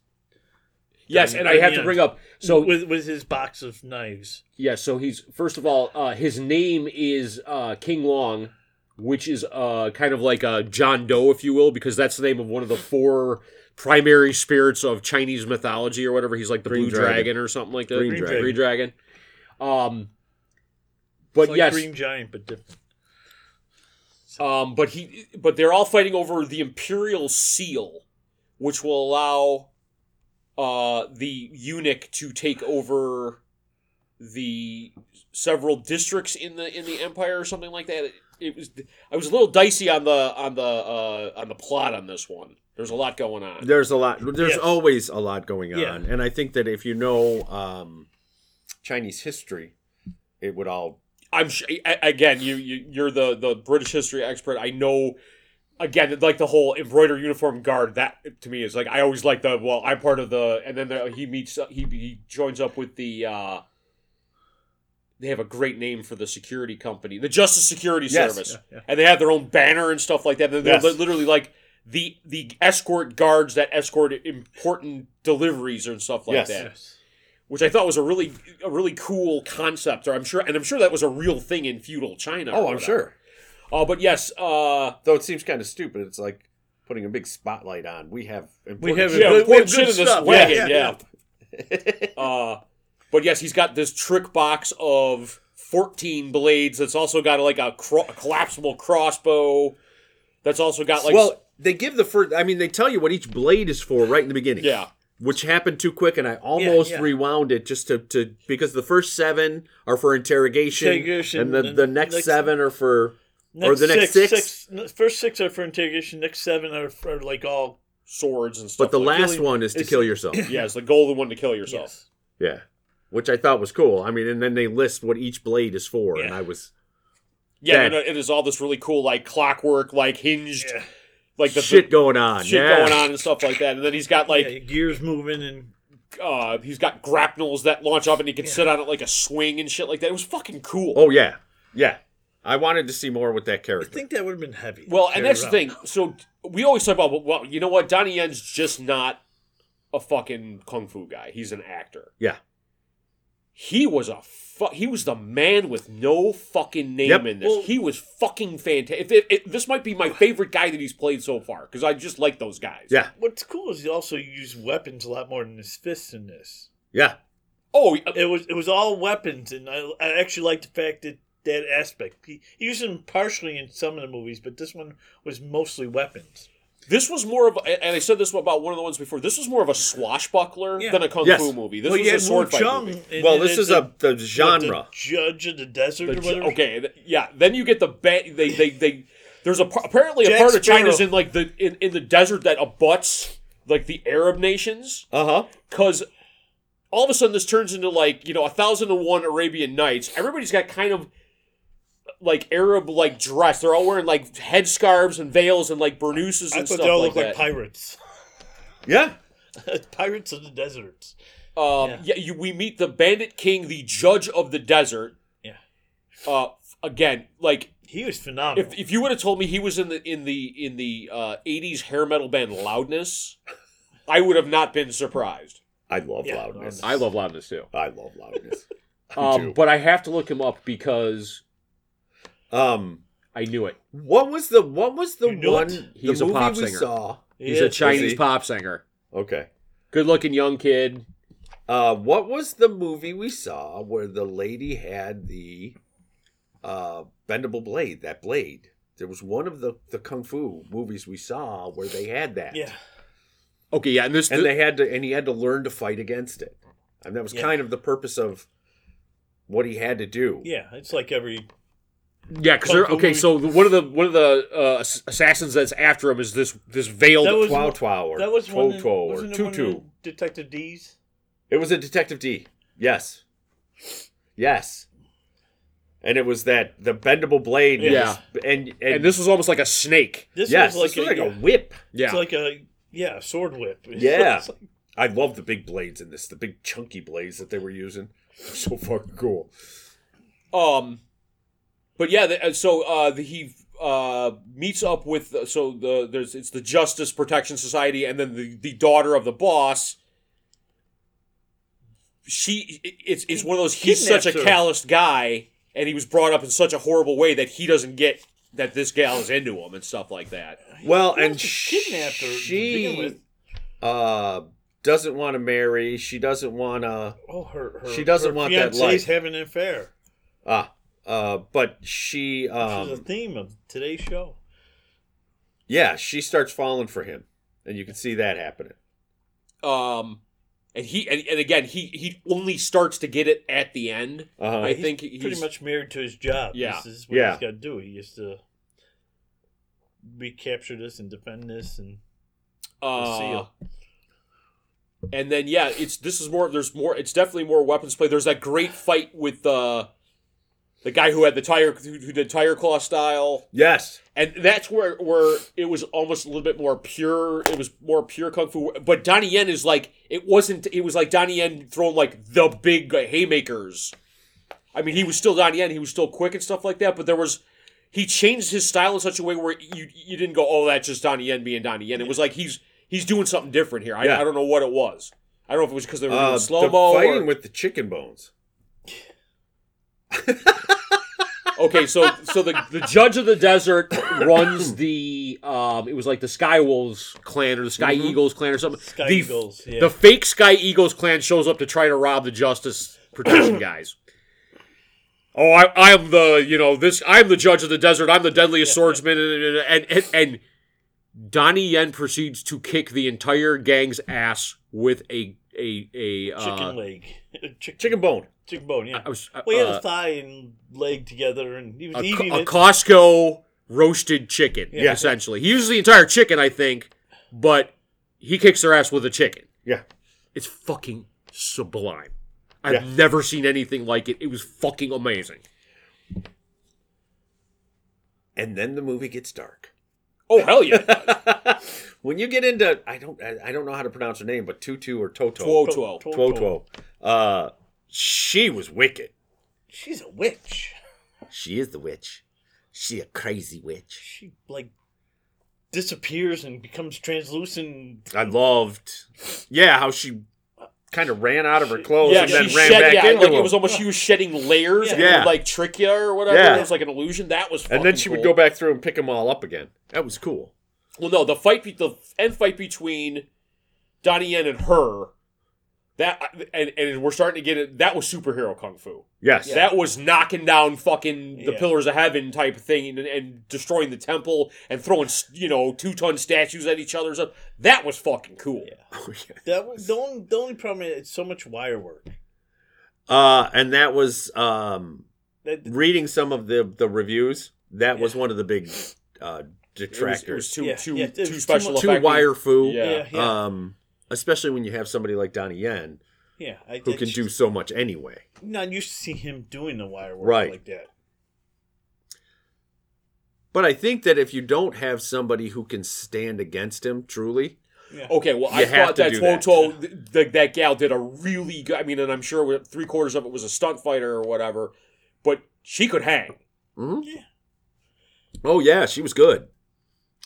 Speaker 4: yes, and I have to bring up so
Speaker 2: with with his box of knives.
Speaker 4: Yeah, so he's first of all, uh, his name is uh, King Long, which is uh, kind of like a John Doe, if you will, because that's the name of one of the four primary spirits of Chinese mythology or whatever. He's like the
Speaker 3: Green
Speaker 4: blue dragon.
Speaker 3: dragon.
Speaker 4: or something like that.
Speaker 3: Green
Speaker 2: dragon.
Speaker 4: Green dragon. Um, but
Speaker 2: It's like
Speaker 4: yes,
Speaker 2: Green Giant, but different.
Speaker 1: Um, but he, but they're all fighting over the imperial seal, which will allow uh, the eunuch to take over the several districts in the in the empire or something like that. It, it was I was a little dicey on the on the uh, on the plot on this one. There's a lot going on.
Speaker 3: There's a lot. There's
Speaker 2: Yes.
Speaker 3: always a lot going on,
Speaker 2: Yeah.
Speaker 3: and I think that if you know um, Chinese history, it would all.
Speaker 1: I'm sh- a- again, you, you you're the the British history expert. I know. Again, like the whole embroidered uniform guard, that to me is like I always like the well. I'm part of the, and then the, he meets he he joins up with the. uh They have a great name for the security company, the Justice Security
Speaker 3: Yes.
Speaker 1: Service,
Speaker 2: Yeah, yeah.
Speaker 1: and they have their own banner and stuff like that. And they're
Speaker 2: Yes.
Speaker 1: li- literally like the the escort guards that escort important deliveries and stuff like
Speaker 3: Yes.
Speaker 1: that
Speaker 2: Yes.
Speaker 1: which I thought was a really a really cool concept. Or I'm sure, and I'm sure that was a real thing in feudal China. or
Speaker 3: Oh, I'm
Speaker 1: whatever.
Speaker 3: sure.
Speaker 1: Uh, but yes, uh,
Speaker 3: Though it seems kind of stupid. It's like putting a big spotlight on. We have.
Speaker 2: We have
Speaker 1: yeah,
Speaker 2: Good-
Speaker 1: we
Speaker 2: we have good
Speaker 1: shit in this
Speaker 2: stuff.
Speaker 1: wagon. Yeah.
Speaker 2: Yeah, yeah,
Speaker 1: uh, but yes, he's got this trick box of 14 blades. That's also got like a, cro- a collapsible crossbow. That's also got like
Speaker 3: well, they give the first. I mean, they tell you what each blade is for right in the beginning.
Speaker 1: yeah,
Speaker 3: which happened too quick, and I almost
Speaker 2: yeah.
Speaker 3: rewound it just to, to because the first seven are for interrogation,
Speaker 2: Interrogation,
Speaker 3: and the,
Speaker 2: then
Speaker 3: the next,
Speaker 2: next-
Speaker 3: seven are for
Speaker 2: Next
Speaker 3: the next
Speaker 2: six,
Speaker 3: six?
Speaker 2: six- n- first six are for interrogation. Next seven are, for like all.
Speaker 1: swords and stuff.
Speaker 3: but the
Speaker 1: like
Speaker 3: last
Speaker 2: killing-
Speaker 3: one is to
Speaker 2: it's-
Speaker 3: kill yourself.
Speaker 1: that. yeah, it's the golden one to kill yourself.
Speaker 2: Yes.
Speaker 3: yeah, which I thought was cool. I mean, and then they list what each blade is for, and
Speaker 2: Yeah.
Speaker 3: I was
Speaker 1: Yeah,
Speaker 3: Yeah.
Speaker 1: no, no, it is all this really cool like clockwork, like hinged,
Speaker 2: Yeah.
Speaker 1: like the
Speaker 3: shit going on,
Speaker 1: shit
Speaker 3: yeah.
Speaker 1: going on and stuff like that. And then he's got like
Speaker 2: yeah, your gears moving and
Speaker 1: uh, he's got grapnels that launch up and he can sit on it like a swing and shit like that. It was fucking cool.
Speaker 3: Oh yeah, yeah. I wanted to see more with that
Speaker 2: I
Speaker 3: character.
Speaker 2: think that would have been heavy.
Speaker 1: well, and
Speaker 2: Carry
Speaker 1: that's the
Speaker 2: around.
Speaker 1: thing. So we always talk about, well, you know what? Donnie Yen's just not a fucking kung fu guy. He's an actor.
Speaker 3: Yeah.
Speaker 1: He was a fu- he was the man with no fucking name
Speaker 3: Yep.
Speaker 1: in this.
Speaker 2: Well-
Speaker 1: he was fucking fantastic. If, if, if- this might be my favorite guy that he's played so far because I just like those guys.
Speaker 3: Yeah,
Speaker 2: What's cool is he also used weapons a lot more than his fists in this.
Speaker 3: yeah,
Speaker 1: Oh, uh,
Speaker 2: It was it was all weapons, and I, I actually liked the fact that that aspect. He, he used them partially in some of the movies, but this one was mostly weapons.
Speaker 1: This was more of, a, and I said this about one of the ones before. This was more of a swashbuckler
Speaker 2: Yeah.
Speaker 1: than a kung
Speaker 3: Yes.
Speaker 1: fu movie. This
Speaker 2: Well,
Speaker 1: was
Speaker 2: you
Speaker 1: a
Speaker 2: had
Speaker 1: sword
Speaker 2: Wu
Speaker 1: fight
Speaker 2: Chung
Speaker 1: movie.
Speaker 2: and-
Speaker 3: Well,
Speaker 2: and
Speaker 3: this
Speaker 2: the-
Speaker 3: is a the
Speaker 2: the- the
Speaker 3: genre.
Speaker 2: judge of the desert
Speaker 1: The
Speaker 2: or
Speaker 1: ju-
Speaker 2: whatever.
Speaker 1: okay, th- yeah. Then you get the ba- they they they. There's a par- apparently a
Speaker 2: Jack
Speaker 1: part of China's
Speaker 2: Sparrow.
Speaker 1: in like the in, in the desert that abuts like the Arab nations
Speaker 3: Uh huh.
Speaker 1: because all of a sudden this turns into like you know a thousand and one Arabian Nights. Everybody's got kind of like Arab like dress. They're all wearing like headscarves and veils and like burnouses
Speaker 2: I
Speaker 1: and
Speaker 2: thought
Speaker 1: stuff
Speaker 2: they all
Speaker 1: like
Speaker 2: looked
Speaker 1: that.
Speaker 2: like pirates.
Speaker 3: Yeah.
Speaker 2: pirates of the deserts.
Speaker 1: Um, yeah.
Speaker 2: Yeah.
Speaker 1: you, we meet the Bandit King, the Judge of the Desert.
Speaker 2: Yeah.
Speaker 1: Uh, f- again, like
Speaker 2: He was phenomenal.
Speaker 1: if, if you would have told me he was in the in the in the uh, '80s hair metal band Loudness, I would have not been surprised.
Speaker 3: I love
Speaker 2: Yeah.
Speaker 1: Oh,
Speaker 3: loudness.
Speaker 4: I love loudness too.
Speaker 3: I love loudness.
Speaker 4: Um,
Speaker 3: too.
Speaker 4: but I have to look him up because
Speaker 3: um,
Speaker 4: I knew it.
Speaker 3: what was the what was the
Speaker 2: You knew
Speaker 3: one
Speaker 2: it.
Speaker 4: He's
Speaker 3: the
Speaker 4: a
Speaker 3: movie
Speaker 4: pop
Speaker 3: we
Speaker 4: singer.
Speaker 3: saw?
Speaker 4: He's
Speaker 2: Yeah.
Speaker 4: a Chinese
Speaker 3: he?
Speaker 4: pop singer.
Speaker 3: Okay.
Speaker 4: Good looking young kid.
Speaker 3: Uh, what was the movie we saw where the lady had the uh, bendable blade? That blade. There was one of the, the kung fu movies we saw where they had that,
Speaker 2: yeah.
Speaker 4: Okay, yeah, and this
Speaker 3: and they had to and he had to learn to fight against it, and that was
Speaker 2: Yeah.
Speaker 3: kind of the purpose of what he had to do.
Speaker 2: Yeah, it's like every
Speaker 4: yeah, because
Speaker 2: Kung Fu
Speaker 4: okay,
Speaker 2: movie.
Speaker 4: so the- one of the one of the uh, ass- assassins that's after him is this this veiled.
Speaker 2: That was-
Speaker 3: Twow Twow or
Speaker 2: that was
Speaker 3: Two
Speaker 2: one. in-
Speaker 3: Two or
Speaker 2: wasn't it
Speaker 3: Two
Speaker 2: one
Speaker 3: Two.
Speaker 2: in Detective D's.
Speaker 3: It was a Detective D. Yes. Yes. And it was that the bendable blade.
Speaker 2: Yeah.
Speaker 3: was- and, and
Speaker 4: and this was almost like a snake.
Speaker 2: This
Speaker 3: yes,
Speaker 2: was like,
Speaker 3: this was
Speaker 2: a,
Speaker 3: like a
Speaker 2: yeah,
Speaker 3: whip.
Speaker 4: Yeah,
Speaker 2: It's like a yeah sword whip.
Speaker 3: Yeah.
Speaker 2: It's like-
Speaker 3: I love the big blades in this, the big chunky blades that they were using. So fucking cool.
Speaker 1: Um, but yeah, the, uh, so uh, the, he uh meets up with uh, so the there's it's the Justice Protection Society, and then the the daughter of the boss. She it- it's it's one of those he's such a
Speaker 2: Kidnaps her.
Speaker 1: calloused guy, and he was brought up in such a horrible way that he doesn't get that this gal is into him and stuff like that.
Speaker 3: Well,
Speaker 2: He
Speaker 3: and
Speaker 2: was kidnapped her to begin
Speaker 3: she
Speaker 2: with.
Speaker 3: uh, doesn't want to marry. She doesn't want to.
Speaker 2: Oh, her, her
Speaker 3: She doesn't
Speaker 2: her
Speaker 3: want that
Speaker 2: fiancé's
Speaker 3: life.
Speaker 2: having an affair.
Speaker 3: Uh, uh, but she. Um,
Speaker 2: Which is a theme of today's show.
Speaker 3: yeah, she starts falling for him. And you can see that happening.
Speaker 1: Um, and he and, and again he he only starts to get it at the end.
Speaker 3: Uh-huh.
Speaker 1: I
Speaker 2: He's
Speaker 1: think
Speaker 2: pretty
Speaker 1: he's
Speaker 2: much married to his job.
Speaker 1: Yeah.
Speaker 2: This is what
Speaker 3: Yeah.
Speaker 2: he's got to do. He has to recapture this and defend this. And
Speaker 1: uh,
Speaker 2: seal.
Speaker 1: And then yeah, it's this is more. There's more. It's definitely more weapons play. There's that great fight with uh, the guy who had the tire who, who did tire claw style.
Speaker 3: Yes.
Speaker 1: and that's where where it was almost a little bit more pure. It was more pure kung fu. But Donnie Yen is like it wasn't. It was like Donnie Yen throwing like the big haymakers. I mean, he was still Donnie Yen. He was still quick and stuff like that. But there was he changed his style in such a way where you you didn't go, oh, that's just Donnie Yen being Donnie Yen. It was like he's he's doing something different here. I,
Speaker 3: Yeah.
Speaker 1: I don't know what it was. I don't know if it was because they were
Speaker 3: Uh,
Speaker 1: doing
Speaker 3: the
Speaker 1: slow mo.
Speaker 3: fighting with the chicken bones.
Speaker 1: Okay, so so the
Speaker 4: the judge of the desert runs the um it was like the sky wolves clan or the sky eagles clan or something
Speaker 2: Mm-hmm. Sky
Speaker 4: the,
Speaker 2: Eagles, yeah.
Speaker 4: the fake sky eagles clan shows up to try to rob the justice protection guys oh i i am the you know this i'm the judge of the desert i'm the deadliest swordsman and and and, and donnie yen proceeds to kick the entire gang's ass with a a a uh,
Speaker 2: chicken leg, Chick-
Speaker 3: Chicken bone.
Speaker 2: chicken bone. Yeah.
Speaker 4: I was,
Speaker 2: well, he had
Speaker 4: uh,
Speaker 2: a thigh and leg together, and he was
Speaker 4: a,
Speaker 2: eating
Speaker 4: co- a
Speaker 2: it.
Speaker 4: Costco roasted chicken,
Speaker 2: Yeah.
Speaker 4: essentially. He uses the entire chicken, I think, but he kicks their ass with a chicken.
Speaker 3: Yeah.
Speaker 4: It's fucking sublime. I've
Speaker 3: Yeah.
Speaker 4: never seen anything like it. It was fucking amazing.
Speaker 3: And then the movie gets dark.
Speaker 1: oh hell yeah,
Speaker 3: when you get into I don't I, I don't know how to pronounce her name, but Tutu or Toto.
Speaker 1: twelve twelve.
Speaker 3: Toto. Uh she was wicked.
Speaker 2: She's a witch.
Speaker 3: She is the witch. She a crazy witch.
Speaker 2: She like disappears and becomes translucent.
Speaker 3: I loved, yeah, how she kind of ran out of her clothes
Speaker 1: Yeah,
Speaker 3: and then
Speaker 1: she
Speaker 3: ran
Speaker 1: shed.
Speaker 3: back
Speaker 1: Yeah,
Speaker 3: into
Speaker 1: like
Speaker 3: them.
Speaker 1: it was almost she was shedding layers. and it
Speaker 3: Yeah.
Speaker 1: would, like trick you or whatever.
Speaker 3: Yeah.
Speaker 1: It was like an illusion. That was.
Speaker 3: and then she would go back through and pick them all up again. That was cool.
Speaker 1: Well, no, the fight, be- the end fight between Donnie Yen and her. That and, and we're starting to get it. That was superhero kung fu.
Speaker 3: Yes.
Speaker 2: Yeah.
Speaker 1: That was knocking down fucking the
Speaker 2: Yeah.
Speaker 1: pillars of heaven type of thing, and, and destroying the temple and throwing you know two ton statues at each other. So That was fucking cool.
Speaker 2: Yeah.
Speaker 3: Oh, yeah.
Speaker 2: That was the only, the only problem. Is it's so much wire work.
Speaker 3: Uh, and that was um,
Speaker 2: That,
Speaker 3: reading some of the the reviews. That was one of the big uh,
Speaker 1: It was, it was
Speaker 3: detractors.
Speaker 1: too
Speaker 2: Yeah,
Speaker 1: too
Speaker 2: yeah, it was
Speaker 1: too
Speaker 2: too
Speaker 1: special.
Speaker 2: much-
Speaker 3: Too
Speaker 1: effect.
Speaker 3: wire foo.
Speaker 1: Yeah.
Speaker 2: yeah, yeah,
Speaker 3: Um, especially when you have somebody like Donnie Yen
Speaker 2: yeah. I,
Speaker 3: who
Speaker 2: I
Speaker 3: can
Speaker 2: just-
Speaker 3: do so much anyway.
Speaker 2: Not used to see him doing the wire work
Speaker 3: Right.
Speaker 2: like that.
Speaker 3: But I think that if you don't have somebody who can stand against him truly,
Speaker 2: Yeah.
Speaker 3: Oh,
Speaker 1: Okay, well, I
Speaker 3: You have
Speaker 1: thought
Speaker 3: to
Speaker 1: that
Speaker 3: do that.
Speaker 1: Toto, th- th- that gal did a really good. I mean, and I'm sure three quarters of it was a stunt fighter or whatever, but she could hang.
Speaker 3: Mhm.
Speaker 2: Yeah.
Speaker 3: Oh yeah, she was good.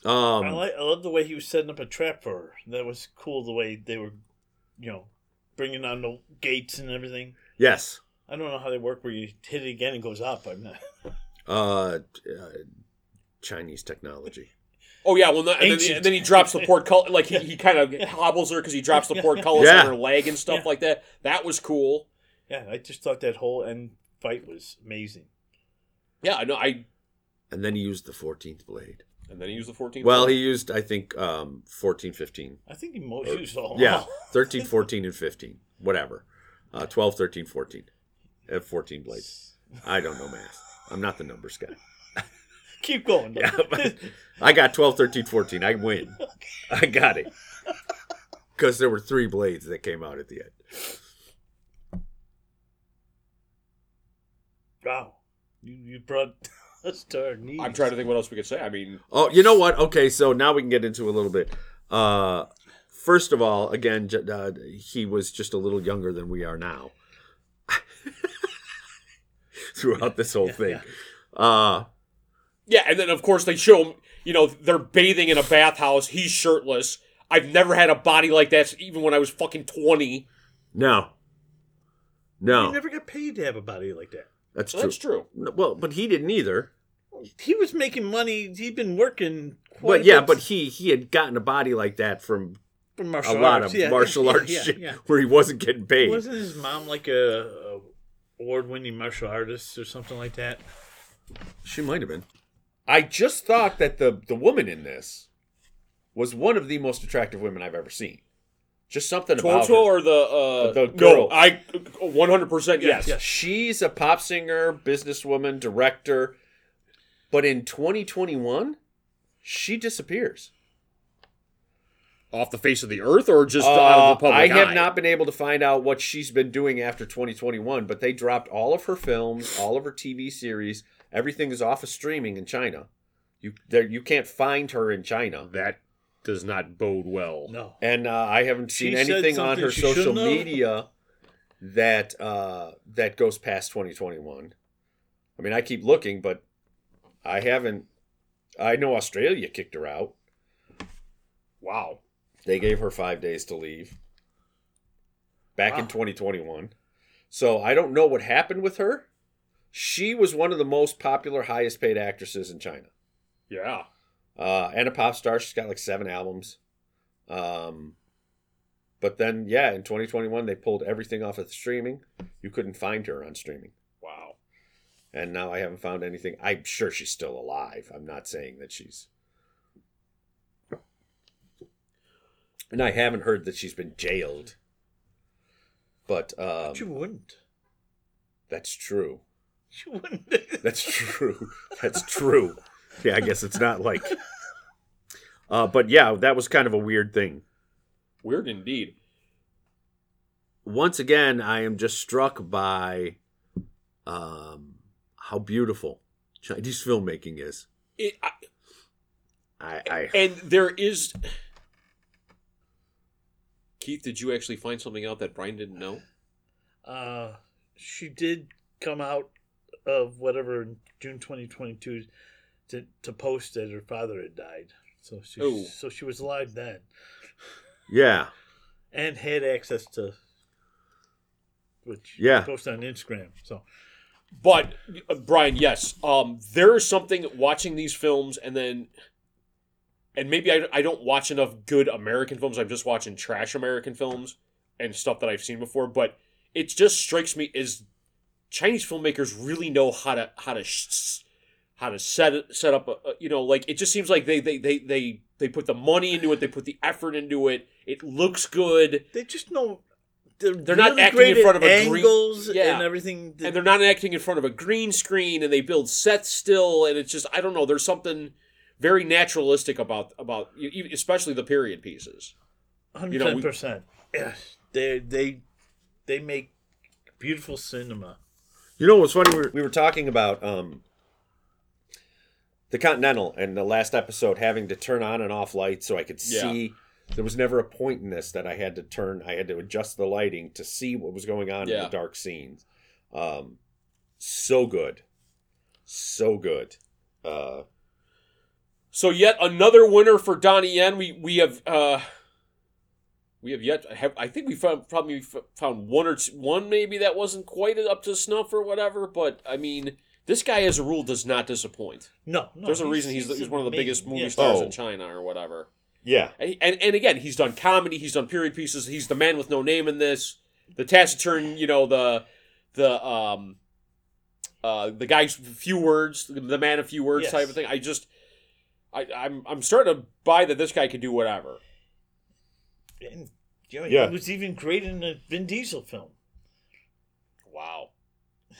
Speaker 3: Um,
Speaker 2: I like I love the way he was setting up a trap for her. That was cool. The way they were, you know, bringing on the gates and everything.
Speaker 3: yes.
Speaker 2: I don't know how they work where you hit it again and it goes up. I'm not
Speaker 3: Uh, uh, Chinese technology.
Speaker 1: Oh yeah, well, no- and, then,
Speaker 2: Ancient.
Speaker 1: and then he drops the portcullis, like he, he kind of hobbles her because he drops the portcullis
Speaker 3: Yeah.
Speaker 1: on her leg and stuff
Speaker 2: Yeah.
Speaker 1: like that. That was cool.
Speaker 2: Yeah, I just thought that whole end fight was amazing.
Speaker 1: Yeah, no, I.
Speaker 3: And then he used the 14th blade.
Speaker 1: And then he used the 14th.
Speaker 3: Well, he used I think um 14, 15.
Speaker 2: I think he most used all.
Speaker 3: Uh, Yeah, 13, 14 and 15. Whatever. Uh 12, 13, 14. Uh, 14 blades. I don't know math. I'm not the numbers guy.
Speaker 2: Keep going. though.
Speaker 3: Yeah, but- I got 12, 13, 14. I win. I got it. Cuz there were 3 blades that came out at the end.
Speaker 2: wow, you, you brought us to our knees.
Speaker 1: I'm trying to think what else we could say. I mean,
Speaker 3: Oh, you know what? Okay, so now we can get into a little bit. Uh, first of all, again, j- uh, he was just a little younger than we are now. Throughout this whole thing, uh,
Speaker 1: yeah, and then of course they show him. You know, they're bathing in a bathhouse. He's shirtless. I've never had a body like that, even when I was fucking 20.
Speaker 3: no,
Speaker 2: You
Speaker 3: no,
Speaker 2: never got paid to have a body like that.
Speaker 3: that's true.
Speaker 1: That's true.
Speaker 3: No, Well, but he didn't either.
Speaker 2: He was making money. He'd been working. Quite
Speaker 3: But
Speaker 2: a
Speaker 3: yeah,
Speaker 2: bit
Speaker 3: but he he had gotten a body like that from
Speaker 2: from
Speaker 3: a
Speaker 2: martial
Speaker 3: lot
Speaker 2: arts.
Speaker 3: of
Speaker 2: Yeah,
Speaker 3: martial
Speaker 2: yeah,
Speaker 3: arts
Speaker 2: yeah,
Speaker 3: shit
Speaker 2: yeah.
Speaker 3: where he wasn't getting paid.
Speaker 2: Wasn't his mom like a, a award-winning martial artist or something like that?
Speaker 3: She might have been. I just thought that the the woman in this was one of the most attractive women I've ever seen. Just something about
Speaker 1: Toto
Speaker 3: her.
Speaker 1: or the uh,
Speaker 3: The
Speaker 1: No,
Speaker 3: girl.
Speaker 1: I 100 percent yes.
Speaker 2: Yes.
Speaker 3: She's a pop singer, businesswoman, director, but in 2021, she disappears.
Speaker 1: Off the face of the earth, or just out
Speaker 3: Uh,
Speaker 1: of the public
Speaker 3: I have
Speaker 1: eye?
Speaker 3: not been able to find out what she's been doing after 2021, but they dropped all of her films, all of her TV series. Everything is off of streaming in China. You there, you can't find her in China.
Speaker 1: That does not bode well.
Speaker 2: No.
Speaker 3: and uh, I haven't
Speaker 2: She
Speaker 3: seen
Speaker 2: said
Speaker 3: anything on
Speaker 2: something
Speaker 3: her
Speaker 2: she
Speaker 3: social
Speaker 2: shouldn't have.
Speaker 3: media that uh, that goes past 2021. I mean, I keep looking, but I haven't. I know Australia kicked her out.
Speaker 1: Wow.
Speaker 3: They gave her five days to leave back in
Speaker 2: Wow.
Speaker 3: 2021. So I don't know what happened with her. She was one of the most popular, highest paid actresses in China
Speaker 1: Yeah.
Speaker 3: uh, and a pop star. She's got like seven albums. Um, but then, yeah, in 2021, they pulled everything off of streaming. You couldn't find her on streaming.
Speaker 1: Wow.
Speaker 3: And now I haven't found anything. I'm sure she's still alive. I'm not saying that she's. And I haven't heard that she's been jailed. But um,
Speaker 2: But you wouldn't.
Speaker 3: that's true.
Speaker 2: You wouldn't.
Speaker 3: That's true. That's true. Yeah, I guess it's not like. Uh, but yeah, that was kind of a weird thing.
Speaker 1: Weird indeed.
Speaker 3: Once again, I am just struck by um, how beautiful Chinese filmmaking is.
Speaker 1: It, I,
Speaker 3: I, I
Speaker 1: and there is. Keith, did you actually find something out that Brian didn't know?
Speaker 2: Uh, she did come out of whatever in June 2022 to, to post that her father had died. So she,
Speaker 1: Oh.
Speaker 2: so she was alive then
Speaker 3: yeah
Speaker 2: and had access to which
Speaker 3: Yeah.
Speaker 2: posted on Instagram. So
Speaker 1: But uh, Brian, yes, um, there is something watching these films, and then, and maybe I, I don't watch enough good American films. I'm just watching trash American films and stuff that I've seen before. But it just strikes me as Chinese filmmakers really know how to how to sh- how to set it, set up. A, a- you know, like it just seems like they they they they they put the money into it. They put the effort into it. It looks good,
Speaker 2: they just know they're,
Speaker 1: They're not
Speaker 2: really
Speaker 1: acting
Speaker 2: great
Speaker 1: in front
Speaker 2: at
Speaker 1: of a green-
Speaker 2: angles
Speaker 1: Yeah.
Speaker 2: and everything. that-
Speaker 1: and they're not acting in front of a green screen, and they build sets still. And it's just I don't know. There's something very naturalistic about about e- e- especially the period pieces. you
Speaker 2: Hundred
Speaker 1: know, we-
Speaker 2: percent. Yes, they they they make beautiful cinema.
Speaker 3: You know what's funny? We were, we were talking about um, the Continental and the last episode having to turn on and off lights so I could
Speaker 1: Yeah.
Speaker 3: see. There was never a point in this that I had to turn. I had to adjust the lighting to see what was going on in
Speaker 1: Yeah.
Speaker 3: the dark scenes. Um, so good, so good. Uh,
Speaker 1: So yet another winner for Donnie Yen. We we have uh we have yet have I think we found probably f- found one or two, one maybe that wasn't quite up to snuff or whatever. But I mean, this guy as a rule does not disappoint.
Speaker 2: No, no
Speaker 1: There's a reason he's he's, one of the biggest
Speaker 2: amazing.
Speaker 1: movie
Speaker 2: Yeah.
Speaker 1: stars
Speaker 3: Oh.
Speaker 1: in China or whatever.
Speaker 3: yeah,
Speaker 1: And, and and again, he's done comedy. He's done period pieces. He's the man with no name in this. The taciturn, you know, the the um uh the guy's few words, the man of few words
Speaker 2: Yes.
Speaker 1: type of thing. I just I, I'm I'm starting to buy that this guy could do whatever.
Speaker 2: Oh. And, you know,
Speaker 3: Yeah.
Speaker 2: He was even great in the Vin Diesel film.
Speaker 1: Wow. uh,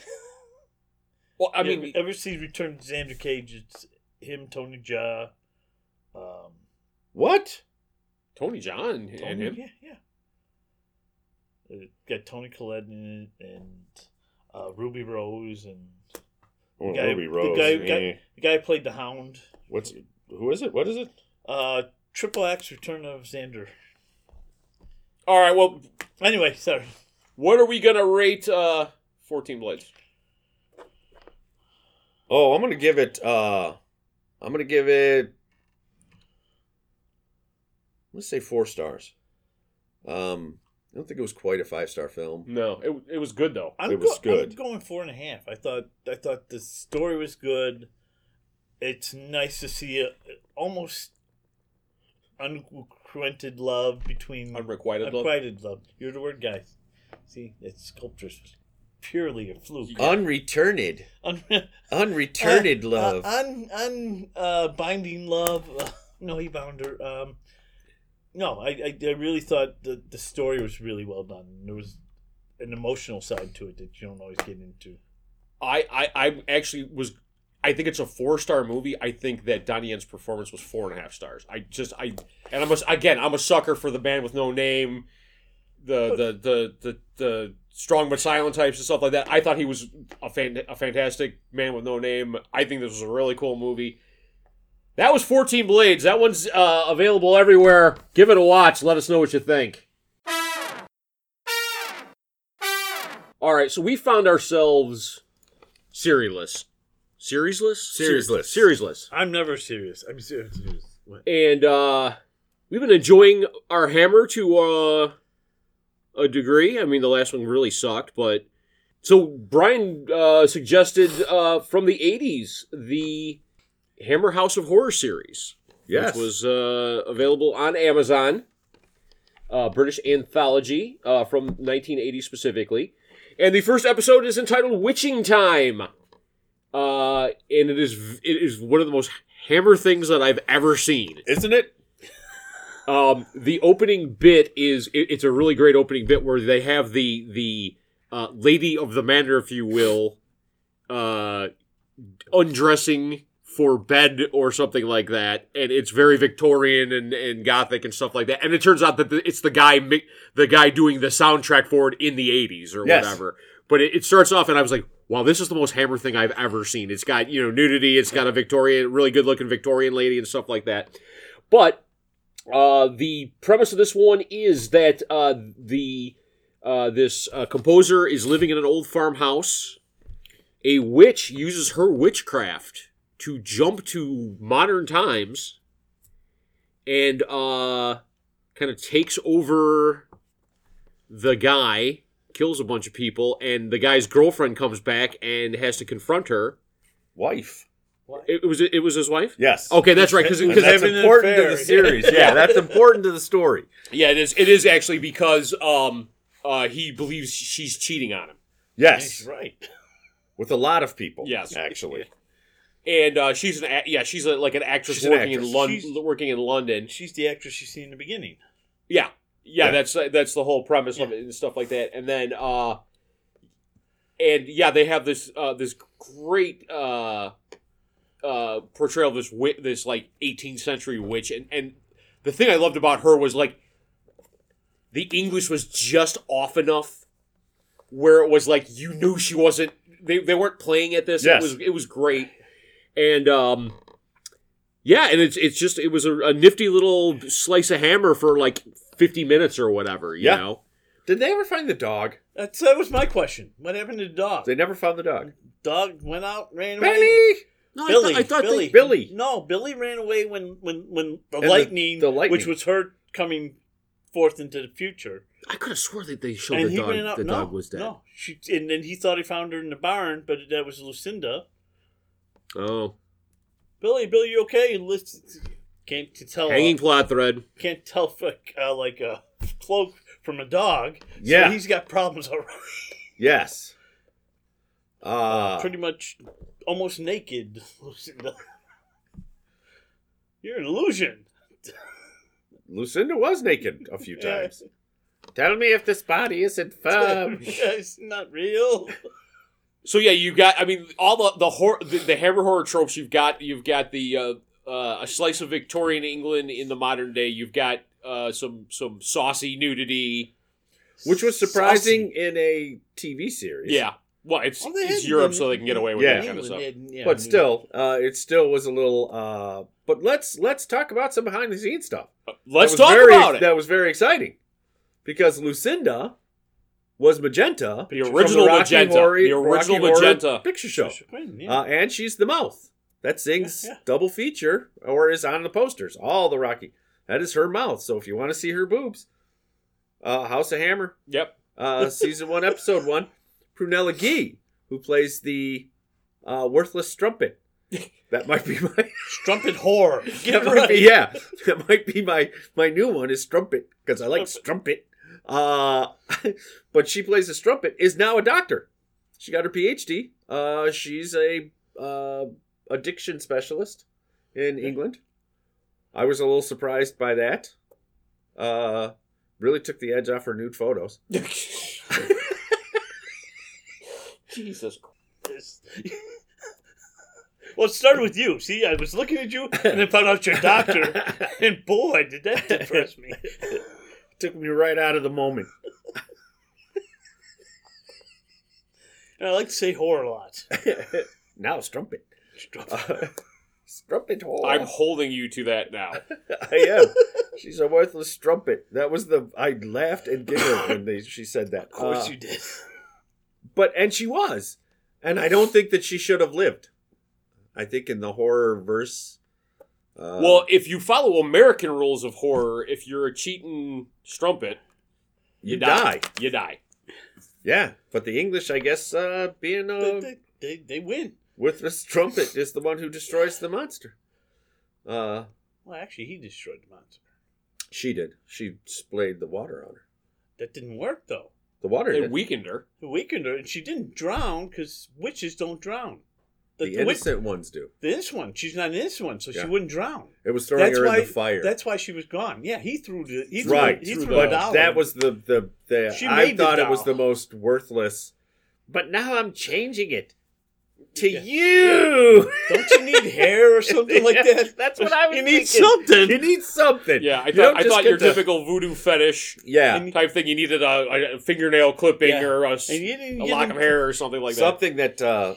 Speaker 1: well, I
Speaker 2: You
Speaker 1: mean,
Speaker 2: ever see Return to Xander Cage? It's him, Tony Jaa. Um,
Speaker 3: what?
Speaker 1: Tony John
Speaker 2: Tony,
Speaker 1: and him.
Speaker 2: yeah, yeah. Uh, got Tony Collette in it and uh, Ruby Rose and
Speaker 3: Well,
Speaker 2: guy-
Speaker 3: Ruby
Speaker 2: the
Speaker 3: Rose.
Speaker 2: guy-
Speaker 3: eh.
Speaker 2: the guy who played the Hound.
Speaker 3: What's who is it? What is it?
Speaker 2: Uh, Triple X, Return of Xander.
Speaker 1: All right. Well,
Speaker 2: Anyway, sorry.
Speaker 1: what are we gonna rate? uh Fourteen Blades.
Speaker 3: Oh, I'm gonna give it. uh I'm gonna give it. Let's say four stars. Um, I don't think it was quite a five star film.
Speaker 1: No, it it was good though.
Speaker 2: I'm
Speaker 3: It was
Speaker 2: go- I'm
Speaker 3: good.
Speaker 2: going four and a half. I thought I thought the story was good. It's nice to see a, almost unrequited love between
Speaker 1: Unrequited love.
Speaker 2: unrequited love. You're the word guy. See, it's sculptures purely a fluke.
Speaker 3: Unreturned,
Speaker 2: Un-
Speaker 3: unreturned
Speaker 2: uh,
Speaker 3: love.
Speaker 2: Uh, un un uh, binding love. no, he bound her. Um, No, I, I, I really thought the, the story was really well done. There was an emotional side to it that you don't always get into.
Speaker 1: I, I, I actually was. I think it's a four star movie. I think that Donnie Yen's performance was four and a half stars. I just I and I'm a, again I'm a sucker for the man with no name, the the the the, the strong but silent types and stuff like that. I thought he was a fan, a fantastic man with no name. I think this was a really cool movie. That was 14 Blades. That one's uh, available everywhere. Give it a watch. Let us know what you think. All right, so we found ourselves serialess. Seriesless?
Speaker 3: Seriesless.
Speaker 1: Seriesless.
Speaker 2: I'm never serious. I'm serious. serious. What?
Speaker 4: and uh, we've been enjoying our hammer to uh, a degree. I mean, the last one really sucked, but so Brian uh, suggested uh, from the '80s the Hammer House of Horror series,
Speaker 3: Yes.
Speaker 4: which was uh, available on Amazon. Uh, British anthology uh, from 1980 specifically, and the first episode is entitled "Witching Time." Uh, and it is it is one of the most hammer things that I've ever seen.
Speaker 3: Isn't it?
Speaker 4: Um, the opening bit is it, it's a really great opening bit where they have the the uh, lady of the manor, if you will, uh, undressing for bed or something like that, and it's very Victorian and, and gothic and stuff like that. And it turns out that the, it's the guy mi- the guy doing the soundtrack for it in the '80s or
Speaker 3: Yes.
Speaker 4: whatever. But it, it starts off, and I was like. Wow, this is the most hammer thing I've ever seen. It's got, you know, nudity, it's got a Victorian, really good looking Victorian lady and stuff like that. But uh, the premise of this one is that uh, the uh, this uh, composer is living in an old farmhouse. A witch uses her witchcraft to jump to modern times and uh, kind of takes over the guy, kills a bunch of people, and the guy's girlfriend comes back and has to confront her.
Speaker 3: Wife.
Speaker 4: It, it was it was his wife.
Speaker 3: Yes.
Speaker 4: Okay, that's right. Because
Speaker 2: And
Speaker 3: And that's
Speaker 2: having an
Speaker 3: important to
Speaker 2: affair.
Speaker 3: the series. Yeah, that's important to the story.
Speaker 1: Yeah, it is. It is actually because um, uh, he believes she's cheating on him,
Speaker 3: Yes,
Speaker 2: Right.
Speaker 3: with a lot of people.
Speaker 1: Yes.
Speaker 3: actually.
Speaker 1: and uh, she's an a- yeah, she's a, like an actress
Speaker 3: She's an
Speaker 1: working
Speaker 3: actress.
Speaker 1: in London.
Speaker 2: She's-
Speaker 1: Working in London.
Speaker 2: She's the actress you see in the beginning.
Speaker 1: Yeah. Yeah,
Speaker 3: Yeah.
Speaker 1: that's that's the whole premise of it and stuff like that. And then uh and yeah, they have this uh this great uh uh portrayal of this wit this like 18th century witch and and the thing I loved about her was like the English was just off enough where it was like you knew she wasn't they, they weren't playing at this.
Speaker 3: Yes.
Speaker 1: It was it was great.
Speaker 4: and um yeah and it's it's just it was a, a nifty little slice of hammer for like 50 minutes or whatever you
Speaker 3: Yeah.
Speaker 4: know
Speaker 3: Did they ever find the dog?
Speaker 2: That's, that was my question. What happened to the dog?
Speaker 3: They never found the dog.
Speaker 2: dog went out, ran away.
Speaker 3: Billy!
Speaker 4: no
Speaker 2: Billy,
Speaker 4: i thought, I thought
Speaker 2: Billy,
Speaker 4: They,
Speaker 3: Billy!
Speaker 2: No, Billy ran away when when when the
Speaker 3: the-
Speaker 2: lightning,
Speaker 3: the lightning.
Speaker 2: which was her coming forth into the future,
Speaker 4: i could have swore that they showed
Speaker 2: and
Speaker 4: the
Speaker 2: he
Speaker 4: dog
Speaker 2: ran out.
Speaker 4: the
Speaker 2: no,
Speaker 4: dog was dead
Speaker 2: no, she, and then he thought he found her in the barn, but that was Lucinda.
Speaker 4: oh
Speaker 2: Billy, Billy, you okay? Listen, can't tell.
Speaker 4: hanging
Speaker 2: uh,
Speaker 4: plot thread
Speaker 2: can't tell fuck, uh, like a cloak from a dog. So
Speaker 3: Yeah.
Speaker 2: he's got problems already.
Speaker 3: Yes. Uh,
Speaker 2: Pretty much, almost naked, Lucinda. You're an illusion.
Speaker 3: Lucinda was naked a few times. Tell me if this body isn't firm.
Speaker 2: it's not real.
Speaker 1: So yeah, you got. I mean, all the the horror, the, the hammer horror tropes. You've got you've got the uh, uh, a slice of Victorian England in the modern day. You've got uh, some some saucy nudity.
Speaker 3: Which was surprising in a TV series.
Speaker 1: Yeah, well, it's
Speaker 2: Well, they
Speaker 1: it's
Speaker 2: had
Speaker 1: Europe,
Speaker 2: them
Speaker 1: so they can get away with
Speaker 3: Yeah.
Speaker 1: that kind of stuff.
Speaker 3: but still, uh, it still was a little. Uh, but let's let's talk about some behind the scenes stuff.
Speaker 1: Let's
Speaker 3: That was
Speaker 1: talk
Speaker 3: very-
Speaker 1: about it.
Speaker 3: That was very exciting because Lucinda was Magenta,
Speaker 1: the
Speaker 3: from
Speaker 1: original
Speaker 3: Rocky
Speaker 1: magenta,
Speaker 3: Horror-
Speaker 1: the original
Speaker 3: Rocky Horror
Speaker 1: magenta.
Speaker 3: Picture Show,
Speaker 2: yeah.
Speaker 3: uh, and she's the mouth that sings
Speaker 2: Yeah, yeah.
Speaker 3: double feature or is on the posters. All the Rocky that is her mouth. So if you want to see her boobs, uh, House of Hammer,
Speaker 1: Yep.
Speaker 3: uh, season one, episode one. Prunella Gee, who plays the uh, worthless strumpet. That might be my
Speaker 2: strumpet whore. Get
Speaker 3: that
Speaker 2: it
Speaker 3: might
Speaker 2: right.
Speaker 3: be, yeah, that might be my my new one is strumpet because I like strumpet. Uh, but she plays a strumpet is now a doctor. She got her PhD. Uh, she's a uh, addiction specialist in England. I was a little surprised by that. Uh, really took the edge off her nude photos.
Speaker 1: Jesus. Christ.
Speaker 2: This- well, it started with you. See, I was looking at you and then found out you're a doctor. And boy, did that depress me.
Speaker 3: took me right out of the moment.
Speaker 2: And I like to say horror a lot.
Speaker 3: now strumpet, uh, strumpet whore.
Speaker 1: I'm holding you to that now.
Speaker 3: I am. She's a worthless strumpet. That was the I laughed and giggled when they she said that.
Speaker 2: Of course
Speaker 3: Uh,
Speaker 2: you did.
Speaker 3: but and she was, and I don't think that she should have lived. I think in the horror verse. Uh,
Speaker 1: well, if you follow American rules of horror, if you're a cheating strumpet,
Speaker 3: you die.
Speaker 1: You die.
Speaker 3: Yeah, but the English, I guess, uh, being
Speaker 2: They,
Speaker 3: a
Speaker 2: they, they, they win.
Speaker 3: worthless trumpet is the one who destroys the monster. Uh,
Speaker 2: Well, actually, he destroyed the monster.
Speaker 3: she did. She splayed the water on her.
Speaker 2: That didn't work, though.
Speaker 3: The water
Speaker 1: They
Speaker 3: did.
Speaker 1: weakened her.
Speaker 2: It weakened her, and she didn't drown because witches don't drown.
Speaker 3: the,
Speaker 2: wit-
Speaker 3: innocent ones do.
Speaker 2: this one, she's not in this one, so
Speaker 3: Yeah.
Speaker 2: she wouldn't drown.
Speaker 3: It was throwing her in the fire.
Speaker 2: That's why she was gone. Yeah, he threw the he
Speaker 3: right.
Speaker 2: Threw, he threw
Speaker 3: but
Speaker 2: the dollar.
Speaker 3: that was the the, the
Speaker 2: She
Speaker 3: I
Speaker 2: made the
Speaker 3: thought it was
Speaker 2: doll.
Speaker 3: the most worthless. But now I'm changing it to
Speaker 2: Yeah.
Speaker 3: you.
Speaker 2: Don't you need hair or something like
Speaker 3: Yeah,
Speaker 2: that?
Speaker 3: That's what I was
Speaker 2: You need
Speaker 3: thinking.
Speaker 2: something.
Speaker 3: You need something.
Speaker 1: Yeah, I
Speaker 3: You
Speaker 1: thought
Speaker 3: don't
Speaker 1: I
Speaker 3: just
Speaker 1: thought
Speaker 3: get
Speaker 1: your
Speaker 3: the-
Speaker 1: typical voodoo fetish
Speaker 3: Yeah.
Speaker 2: And-
Speaker 1: type thing. You needed a, a fingernail clipping
Speaker 2: Yeah.
Speaker 1: or a, s-
Speaker 2: And you didn't
Speaker 1: a
Speaker 2: get
Speaker 1: lock
Speaker 2: him-
Speaker 1: of hair or something like that.
Speaker 3: something that. uh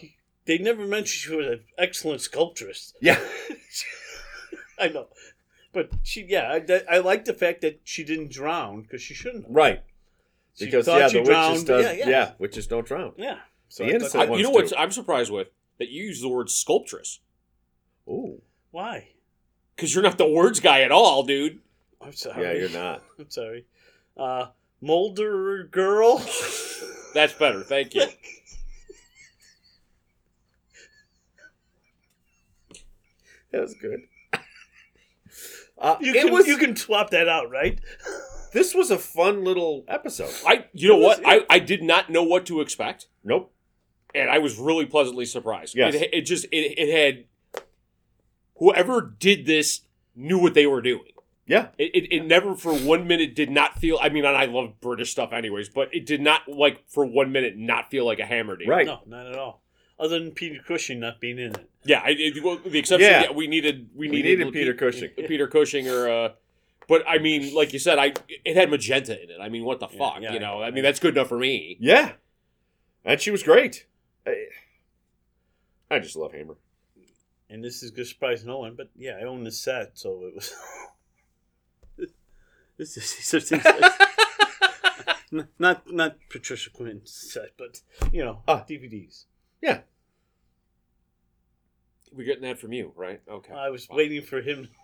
Speaker 2: They never mentioned she was an excellent sculptress.
Speaker 3: Yeah.
Speaker 2: I know, but she yeah, I, that- I like the fact that she didn't drown because she shouldn't. Have.
Speaker 3: Right.
Speaker 2: She
Speaker 3: Because
Speaker 2: thought
Speaker 3: yeah,
Speaker 2: she
Speaker 3: the witches
Speaker 2: drowned.
Speaker 3: does.
Speaker 2: yeah, yeah,
Speaker 3: yeah, witches don't drown.
Speaker 2: yeah. So I
Speaker 3: The
Speaker 2: thought-
Speaker 3: innocent
Speaker 1: I,
Speaker 3: ones
Speaker 1: you know what
Speaker 3: too.
Speaker 1: I'm surprised with that you use the word sculptress
Speaker 3: Ooh.
Speaker 2: why?
Speaker 1: because you're not the words guy at all, dude.
Speaker 2: I'm sorry.
Speaker 3: Yeah, you're not.
Speaker 2: I'm sorry. Uh, Molder girl.
Speaker 1: That's better. Thank you.
Speaker 3: That was good. Uh,
Speaker 2: You
Speaker 3: it
Speaker 2: can
Speaker 3: was.
Speaker 2: you can swap that out, right?
Speaker 3: this was a fun little episode.
Speaker 1: I you know what I, I did not know what to expect.
Speaker 3: Nope.
Speaker 1: and I was really pleasantly surprised.
Speaker 3: Yes.
Speaker 1: It, it just it, it had whoever did this knew what they were doing.
Speaker 3: Yeah.
Speaker 1: It, it, it never for one minute did not feel. I mean, and I love British stuff anyways, but it did not like for one minute not feel like a hammer deal.
Speaker 3: Right.
Speaker 2: No, not at all. Other than Peter Cushing not being in it.
Speaker 1: Yeah. I- It, well, the exception.
Speaker 3: Yeah.
Speaker 1: Yeah. we needed we
Speaker 3: We
Speaker 1: needed,
Speaker 3: needed Peter Cushing.
Speaker 1: Peter Cushing or. Uh, but I mean, like you said, I it had magenta in it. I mean, what the
Speaker 2: Yeah,
Speaker 1: fuck,
Speaker 2: yeah,
Speaker 1: you know?
Speaker 2: I-
Speaker 1: I mean, that's good enough for me.
Speaker 3: Yeah. And she was great. I, I just love Hammer.
Speaker 2: And this is gonna surprise no one, but yeah, I own the set, so it was. this is such not not Patricia Quinn's set, but you know
Speaker 3: Ah.
Speaker 2: DVDs.
Speaker 1: We're getting that from you, right? Okay.
Speaker 2: I was waiting for him.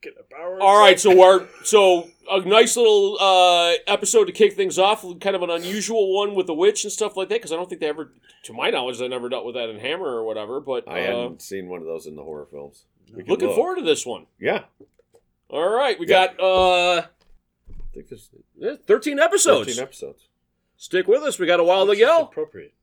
Speaker 2: Get a power.
Speaker 1: All right, so our so a nice little uh, episode to kick things off, kind of an unusual one with the witch and stuff like that, because I don't think they ever, to my knowledge, they never dealt with that in Hammer or whatever. But
Speaker 3: I
Speaker 1: uh,
Speaker 3: hadn't seen one of those in the horror films. We can
Speaker 1: looking
Speaker 3: look.
Speaker 1: forward to this one.
Speaker 3: Yeah.
Speaker 1: All right, we
Speaker 3: Yeah.
Speaker 1: got uh,
Speaker 3: I think there's
Speaker 4: Yeah, 13 episodes.
Speaker 3: 13 episodes.
Speaker 4: Stick with us. We got a while to
Speaker 2: This is
Speaker 4: go.
Speaker 2: appropriate.